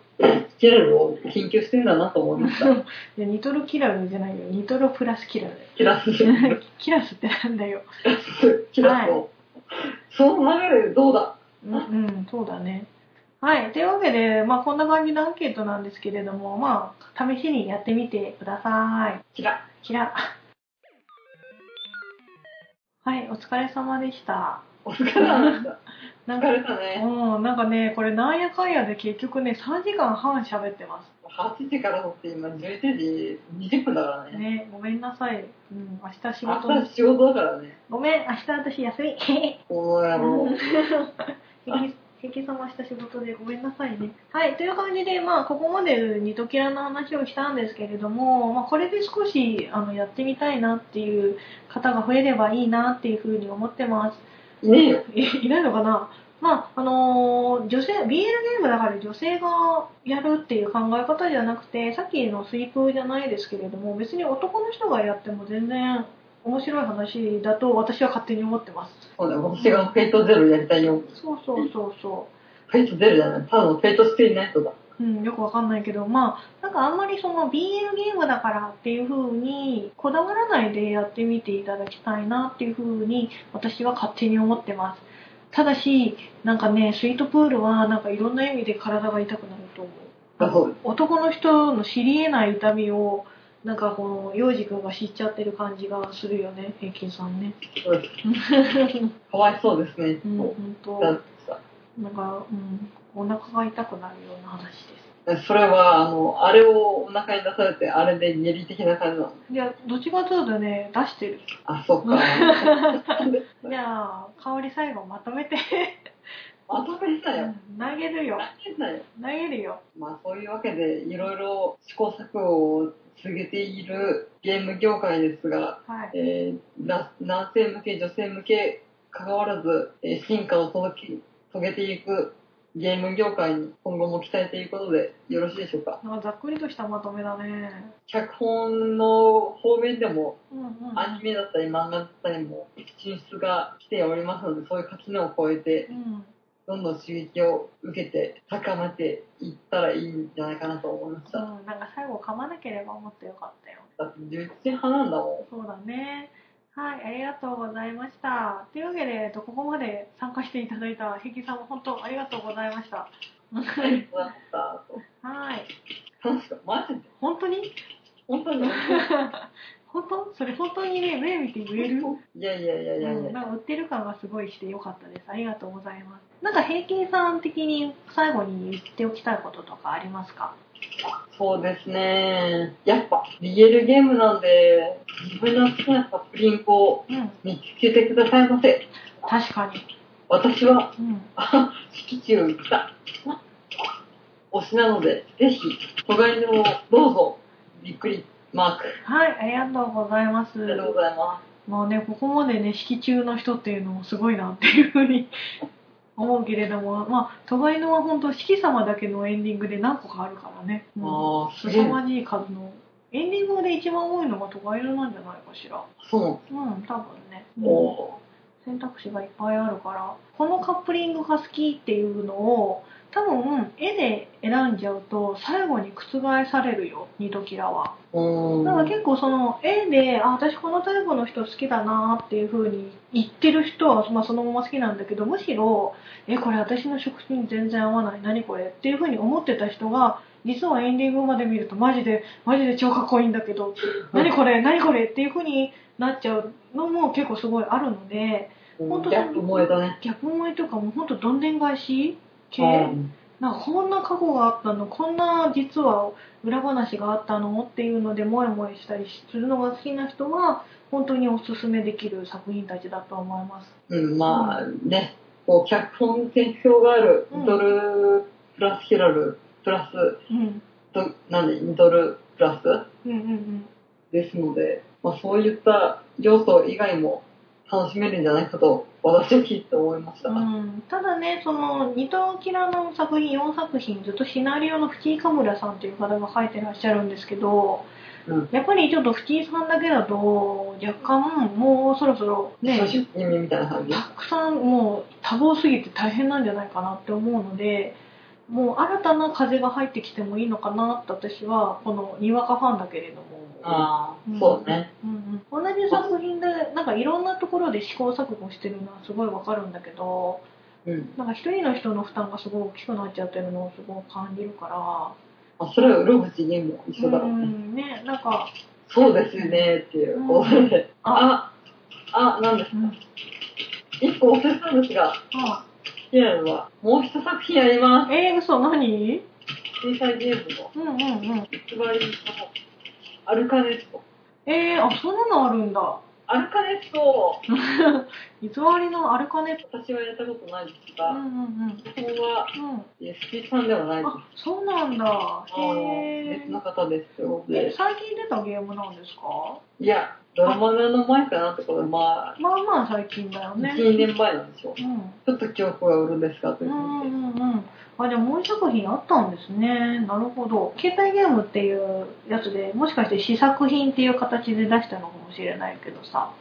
キラルを研究してるんだなと思い ました。でニトロキラルじゃないよ、ニトロプラスキラル。キラス、キ ラキラスってなんだよ。ス、キラスを。その流れでどうだうん、うん、そうだね。はい。というわけで、まあ、こんな感じのアンケートなんですけれども、まあ、試しにやってみてください。キラ。キラ。はい、お疲れ様でした。お疲れ様でした。なおん疲か、れ様ね。うん、なんかね、これなんやかんやで結局ね、3時間半喋ってま8時から撮って今11時20分だからす。ね。ね、ごめんなさい。うん、明日仕事明日仕事だからね。ごめん、明日私休み。この野郎。 関関さんも明日仕事でごめんなさいね。はい、という感じで、まあ、ここまでニトキラの話をしたんですけれども、まあ、これで少しあのやってみたいなっていう方が増えればいいなっていうふうに思ってます。いねえよ。えいないのかなまあ、あのー女性、BL ゲームだから女性がやるっていう考え方じゃなくて、さっきの水風じゃないですけれども、別に男の人がやっても全然面白い話だと私は勝手に思ってます。そうだよ。私がフェイトゼロやりたいよ。そうそうそうそう。フェイトゼロじゃない。ただのフェイトステイナイトだ。うん、よくわかんないけど、まあ、なんかあんまりその BL ゲームだからっていう風にこだわらないでやってみていただきたいなっていう風に私は勝手に思ってます。ただし、なんかね、スイートプールはなんかいろんな意味で体が痛くなると思う。だそう男の人の知り得ない痛みを、なんかこの、洋二くんが知っちゃってる感じがするよね、平均さんね。です。そうですかわいそうですね。うん、そう本当だってさなんか、うん、お腹が痛くなるような話です。それは、あの、あれをお腹に出されて、あれで下痢的な感じなの。いや、どっちかというとね、出してる。あ、そっか。じゃあ、香り最後まとめて。まとめてたよ。投げるよ。大変だよ。投げるよ。まあそういうわけで、いろいろ試行錯誤を続けているゲーム業界ですが、はい。えーな男性向け、女性向け、関わらず、えー進化を届き遂げていくゲーム業界に今後も期待ということでよろしいでしょうか。なんかざっくりとしたまとめだね。脚本の方面でも、うんうん。アニメだったり漫画だったりも進出が来ておりますので、そういう垣根を超えて、うん。どんどん刺激を受けて、高めていったらいいんじゃないかなと思いましうた。ん、なんか最後噛まなければもっとよかったよ。だって11時半なんだもそうだね。はい、ありがとうございました。というわけで、えっとここまで参加していただいたヘキさんも本当ありがとうございました。ん。ありがとうございまはい。した。楽しかった。マジで本当に本当に本当それ本当にね、目見て言えるいやいやいやいやいや。なんか売ってる感がすごいして良かったです。ありがとうございます。なんか平均さん的に最後に言っておきたいこととかありますか？そうですね。やっぱ、BL ゲームなんで、自分の好きな作品をうん、見つけてくださいませ。確かに。私は、うん、あ敷地を行った。推しなので、ぜひ、都外のをどうぞ、びっくりマーク。はい、ありがとうございます。ありがとうございまもうね、ここまでね、式中の人っていうのもすごいなっていうふうに 思うけれども、まあ、都外のは本当式様だけのエンディングで何個かあるからね。す。もああ、うすん、げえ凄。まじい数の。エンディングで一番多いのが都外のなんじゃないかしら。そうん、多分ね。う。お選択肢がいっぱいあるからこのカップリングが好きっていうのを多分絵で選んじゃうと最後に覆されるよニトキラは。ーうーん。だから結構その絵であ私このタイプの人好きだなっていう風に言ってる人は、まあ、そのまま好きなんだけどむしろえこれ私の食品全然合わない何これっていう風に思ってた人が実はエンディングまで見るとマジでマジで超かっこいいんだけど何これ何これっていう風になっちゃうのも結構すごいあるので。うん本当ギャップ萌えだね。逆萌えとかもうほんとどんでん返し系うんなんかこんな過去があったのこんな実は裏話があったのっていうのでモヤモヤしたりするのが好きな人は本当におすすめできる作品たちだと思います。うん、まあね、こう、脚本選評がある、うんミドルプラスヒラル、プラス、うん、どなんで、ミドルプラスうん、うんですので、まあそういった要素以外も楽しめるんじゃないかと、私は聞いて思いました。ううん。ん、うん、ただねその二刀キラの作品4作品ずっとシナリオの藤井カムラさんという方が書いてらっしゃるんですけど、うんやっぱりちょっと藤井さんだけだと若干もうそろそろね初心者みたいな感じ。たくさんもう多忙すぎて大変なんじゃないかなって思うのでもう新たな風が入ってきてもいいのかなって私はこのにわかファンだけれどもああうん、そうね。うんうん、同じ作品でなんかいろんなところで試行錯誤してるのはすごいわかるんだけどうん。なんか一人の人の負担がすごい大きくなっちゃってるのをすごい感じるかまあそれは、うろぶちゲームも一ら緒だうろうね。んねなんかそうですね、っていうことで。ああ、あ、なんです。うん一個おすすめなんですが、あ好きなのは、もう一作品あります。えー、嘘何小さいゲームのうんうんうん偽りのアルカネスト。えー、あそんなのあるんだアルカネストを偽りのアルカネ私はやったことないですうんうが、ん基本はうんうんえスキさんではないです。あそうなんだあへのえ別の方ですということえで。最近出たゲームなんですかいや、ドラマの前かなってことで、まあ、まあまあ最近だよ1、ね2年前なんでしょう。うんちょっと記憶がうるんですが、とういうんこうとで。んうんあでももう一作品あったんですねなるほど携帯ゲームっていうやつでもしかして試作品っていう形で出したのかもしれないけどさ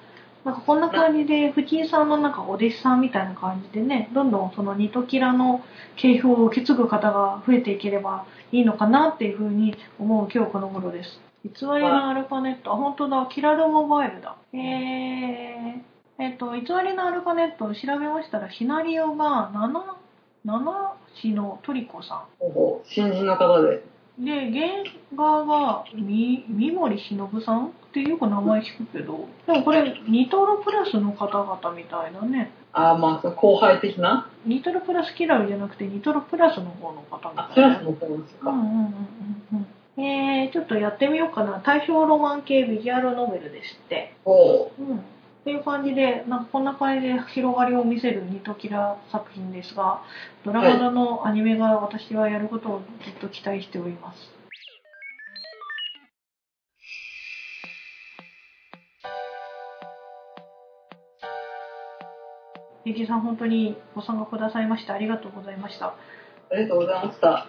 なんかこんな感じで藤井さんのなんかお弟子さんみたいな感じでねどんどんそのニトキラの系譜を受け継ぐ方が増えていければいいのかなっていうふうに思う今日この頃です偽りのアルカネットあ本当だキラルモバイルだへええっと、偽りのアルカネットを調べましたら、シナリオが7、七市のトリコさほぼ新人の方で。ん。で、原画がみ三森忍さんってよく名前聞くけど、でもこれ、ニトロプラスの方々みたいなね。あーまあ、その後輩的なニトロプラスキラルじゃなくて、ニトロプラスの方の方みあ、たクいラなス。の方ですうんうか。んうんうんうん。えー、ちょっとやってみようかな。大正ロマン系ビジュアルノベルですって。ほうん、っていう感じで、なんかこんな感じで広がりを見せるニトキラ作品ですが、ドラマだのアニメが私はやることをずっと期待しております。ゆきさん、本当にご参加くださいましてありがとうございました。う。ありがとうございました。はい。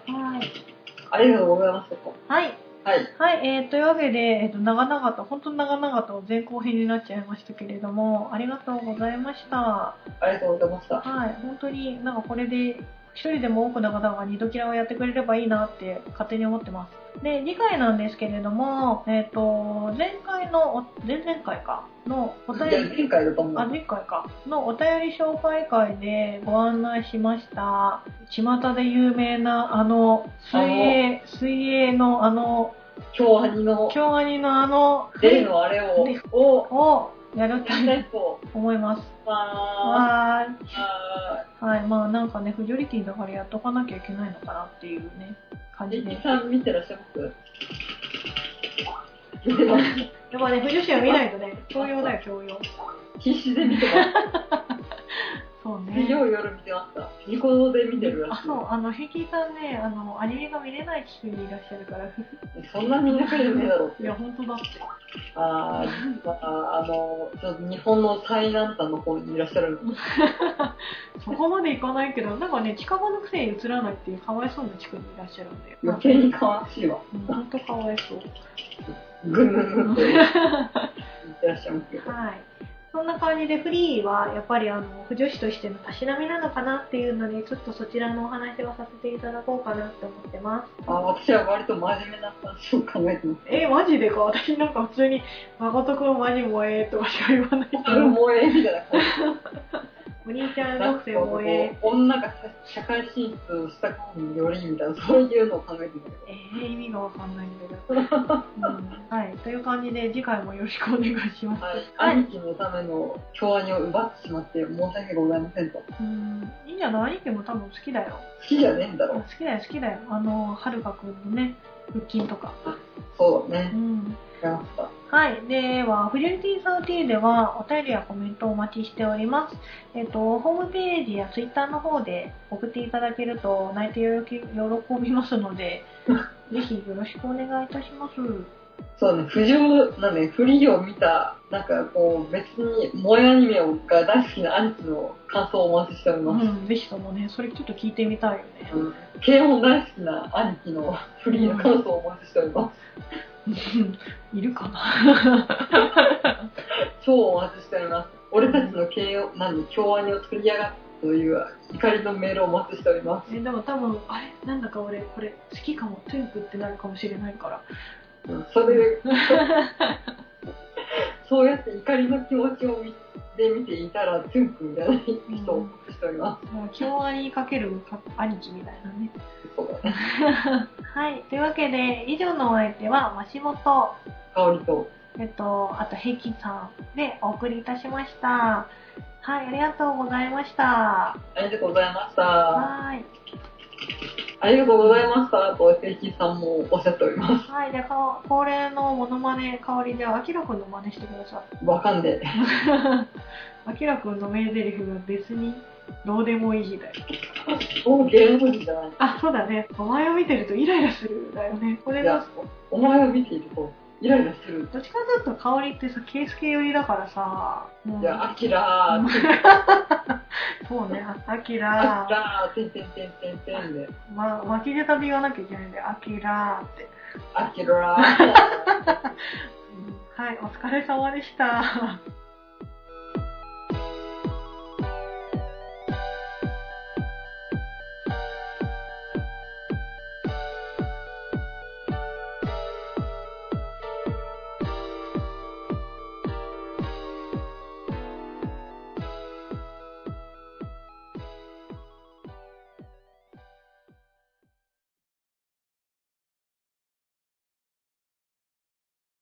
ありがとうございました。はい。はい。はい、えー、というわけで、えー、と長々と、本当に長々と前後編になっちゃいましたけれども、ありがとうございました。ありがとうございました。はい、本当になんかこれで一人でも多くの方が二度キラをやってくれればいいなって勝手に思ってます。で、次回なんですけれども、えっ、と、前回のお、前々回か、のお便いやり、前回だと思う。あ、は前回か、のお便り紹介会でご案内しました、巷で有名なあの、水泳、水泳のあの、京アニの京アニのあの、例のあれをね、を、をやりやたりたいいとと思います。思いまはーい。す。ははい、まあなんかね、フジョリティだからやっとかなきゃいけないのかなっていうね、感ーい。じリで。キさん見てらっしゃいます見てます。やっぱね、フジョシは見ないとね、教養だよ、教養。必死で見てまそうす。ね。強い夜見てました。ニコ動で見てるらあし、い。そう、あの、ヘキさんね、あの、アニメが見れない地区にいらっしゃるから、そんなみんな来るねえだろう。いや、本当だって。あー、まあ、あの、ちょっと日本の最南端の方にいらっしゃるの。そこまで行かないけど、なんかね、近場のくせに映らないっていうかわいそうな地区にいらっしゃるんだよ。余計に悲しいわ。うん本当かわいそう。ぐんぐんぐんって言ってらっしゃいますけど。はい。そんな感じでフリーはやっぱりあの不女子としてのたしなみなのかなっていうのでちょっとそちらのお話はさせていただこうかなって思ってます。あ私は割と真面目な話を考えてます。え、マジでか私なんか普通に、誠くんマジ萌えとかしか言わないけどあ、れ萌えみたいな感じ。 お兄ちゃんなん学か生こ萌え。う女が社会進出をしたことによりみたいなそういうのを考えてるんだけどえー、意味がわかんないんだけど、 うん。はい。という感じで次回もよろしくお願いします。はい、はい兄貴のための共和にを奪ってしまって申し訳ございませんとうん、いいんじじゃないでも多分好きだよ。好きじゃねえんだ好ろ。きだよ、好きだよ。あの、はるかくんのね、腹筋とか。そうだうね。ん。違いました。はい。では、フリューティーサーティーでは、お便りやコメントをお待ちしております。えっ、と、ホームページやツイッターの方で送っていただけると、泣いて喜びますの で、ぜひよろしくお願いいたします。そうね、不条なね、フリーを見た、なんかこう、別に萌えアニメが大好きな兄貴の感想をお待ちしておりうます。ん、ぜひともね、それちょっと聞いてみたいよね。うん軽音大好きな兄貴のフリーの感想をお待ちしております。いるかな超お待ちしております。俺たちの軽音、何、共和にを作りやがったという怒りのメールをお待ちしております。 えでも多分、あれなんだか俺、これ好きかも、トゥンクってなるかもしれない から。うんそれで、そうやって怒りの気持ちを見で見ていたら、ツンクみたいな人をお待ちしておりまもう、京アニかけるか兄貴みたいな ね。す。そうだね。はい。というわけで、以上のお相手は、マシモと、香りと、えっと、あと、ヘキさんでお送りいたしました。はい、ありがとうございました。ありがとうございました。はい。ありがとうございましたと、平均さんもおっしゃっておりまはい、で、か恒例のモノマネ香りで、アキラくんの真似してください。 す。わかんで。アキラくんの名台詞が別に、どうでもいい日だよ。もう芸能人じゃない。あ、そうだね。お前を見てるとイライラするだよね。これいやが、、お前を見ていると、イライラする。どっちかというと香りってさ、ケース系寄りだからさ、もういや、アキラー、 そうね、アキラアキラー、てんてんてんてんてんで、ま、巻き舌で言わなきゃいけないんで、アキラーって。アキラー。はい、お疲れ様でした。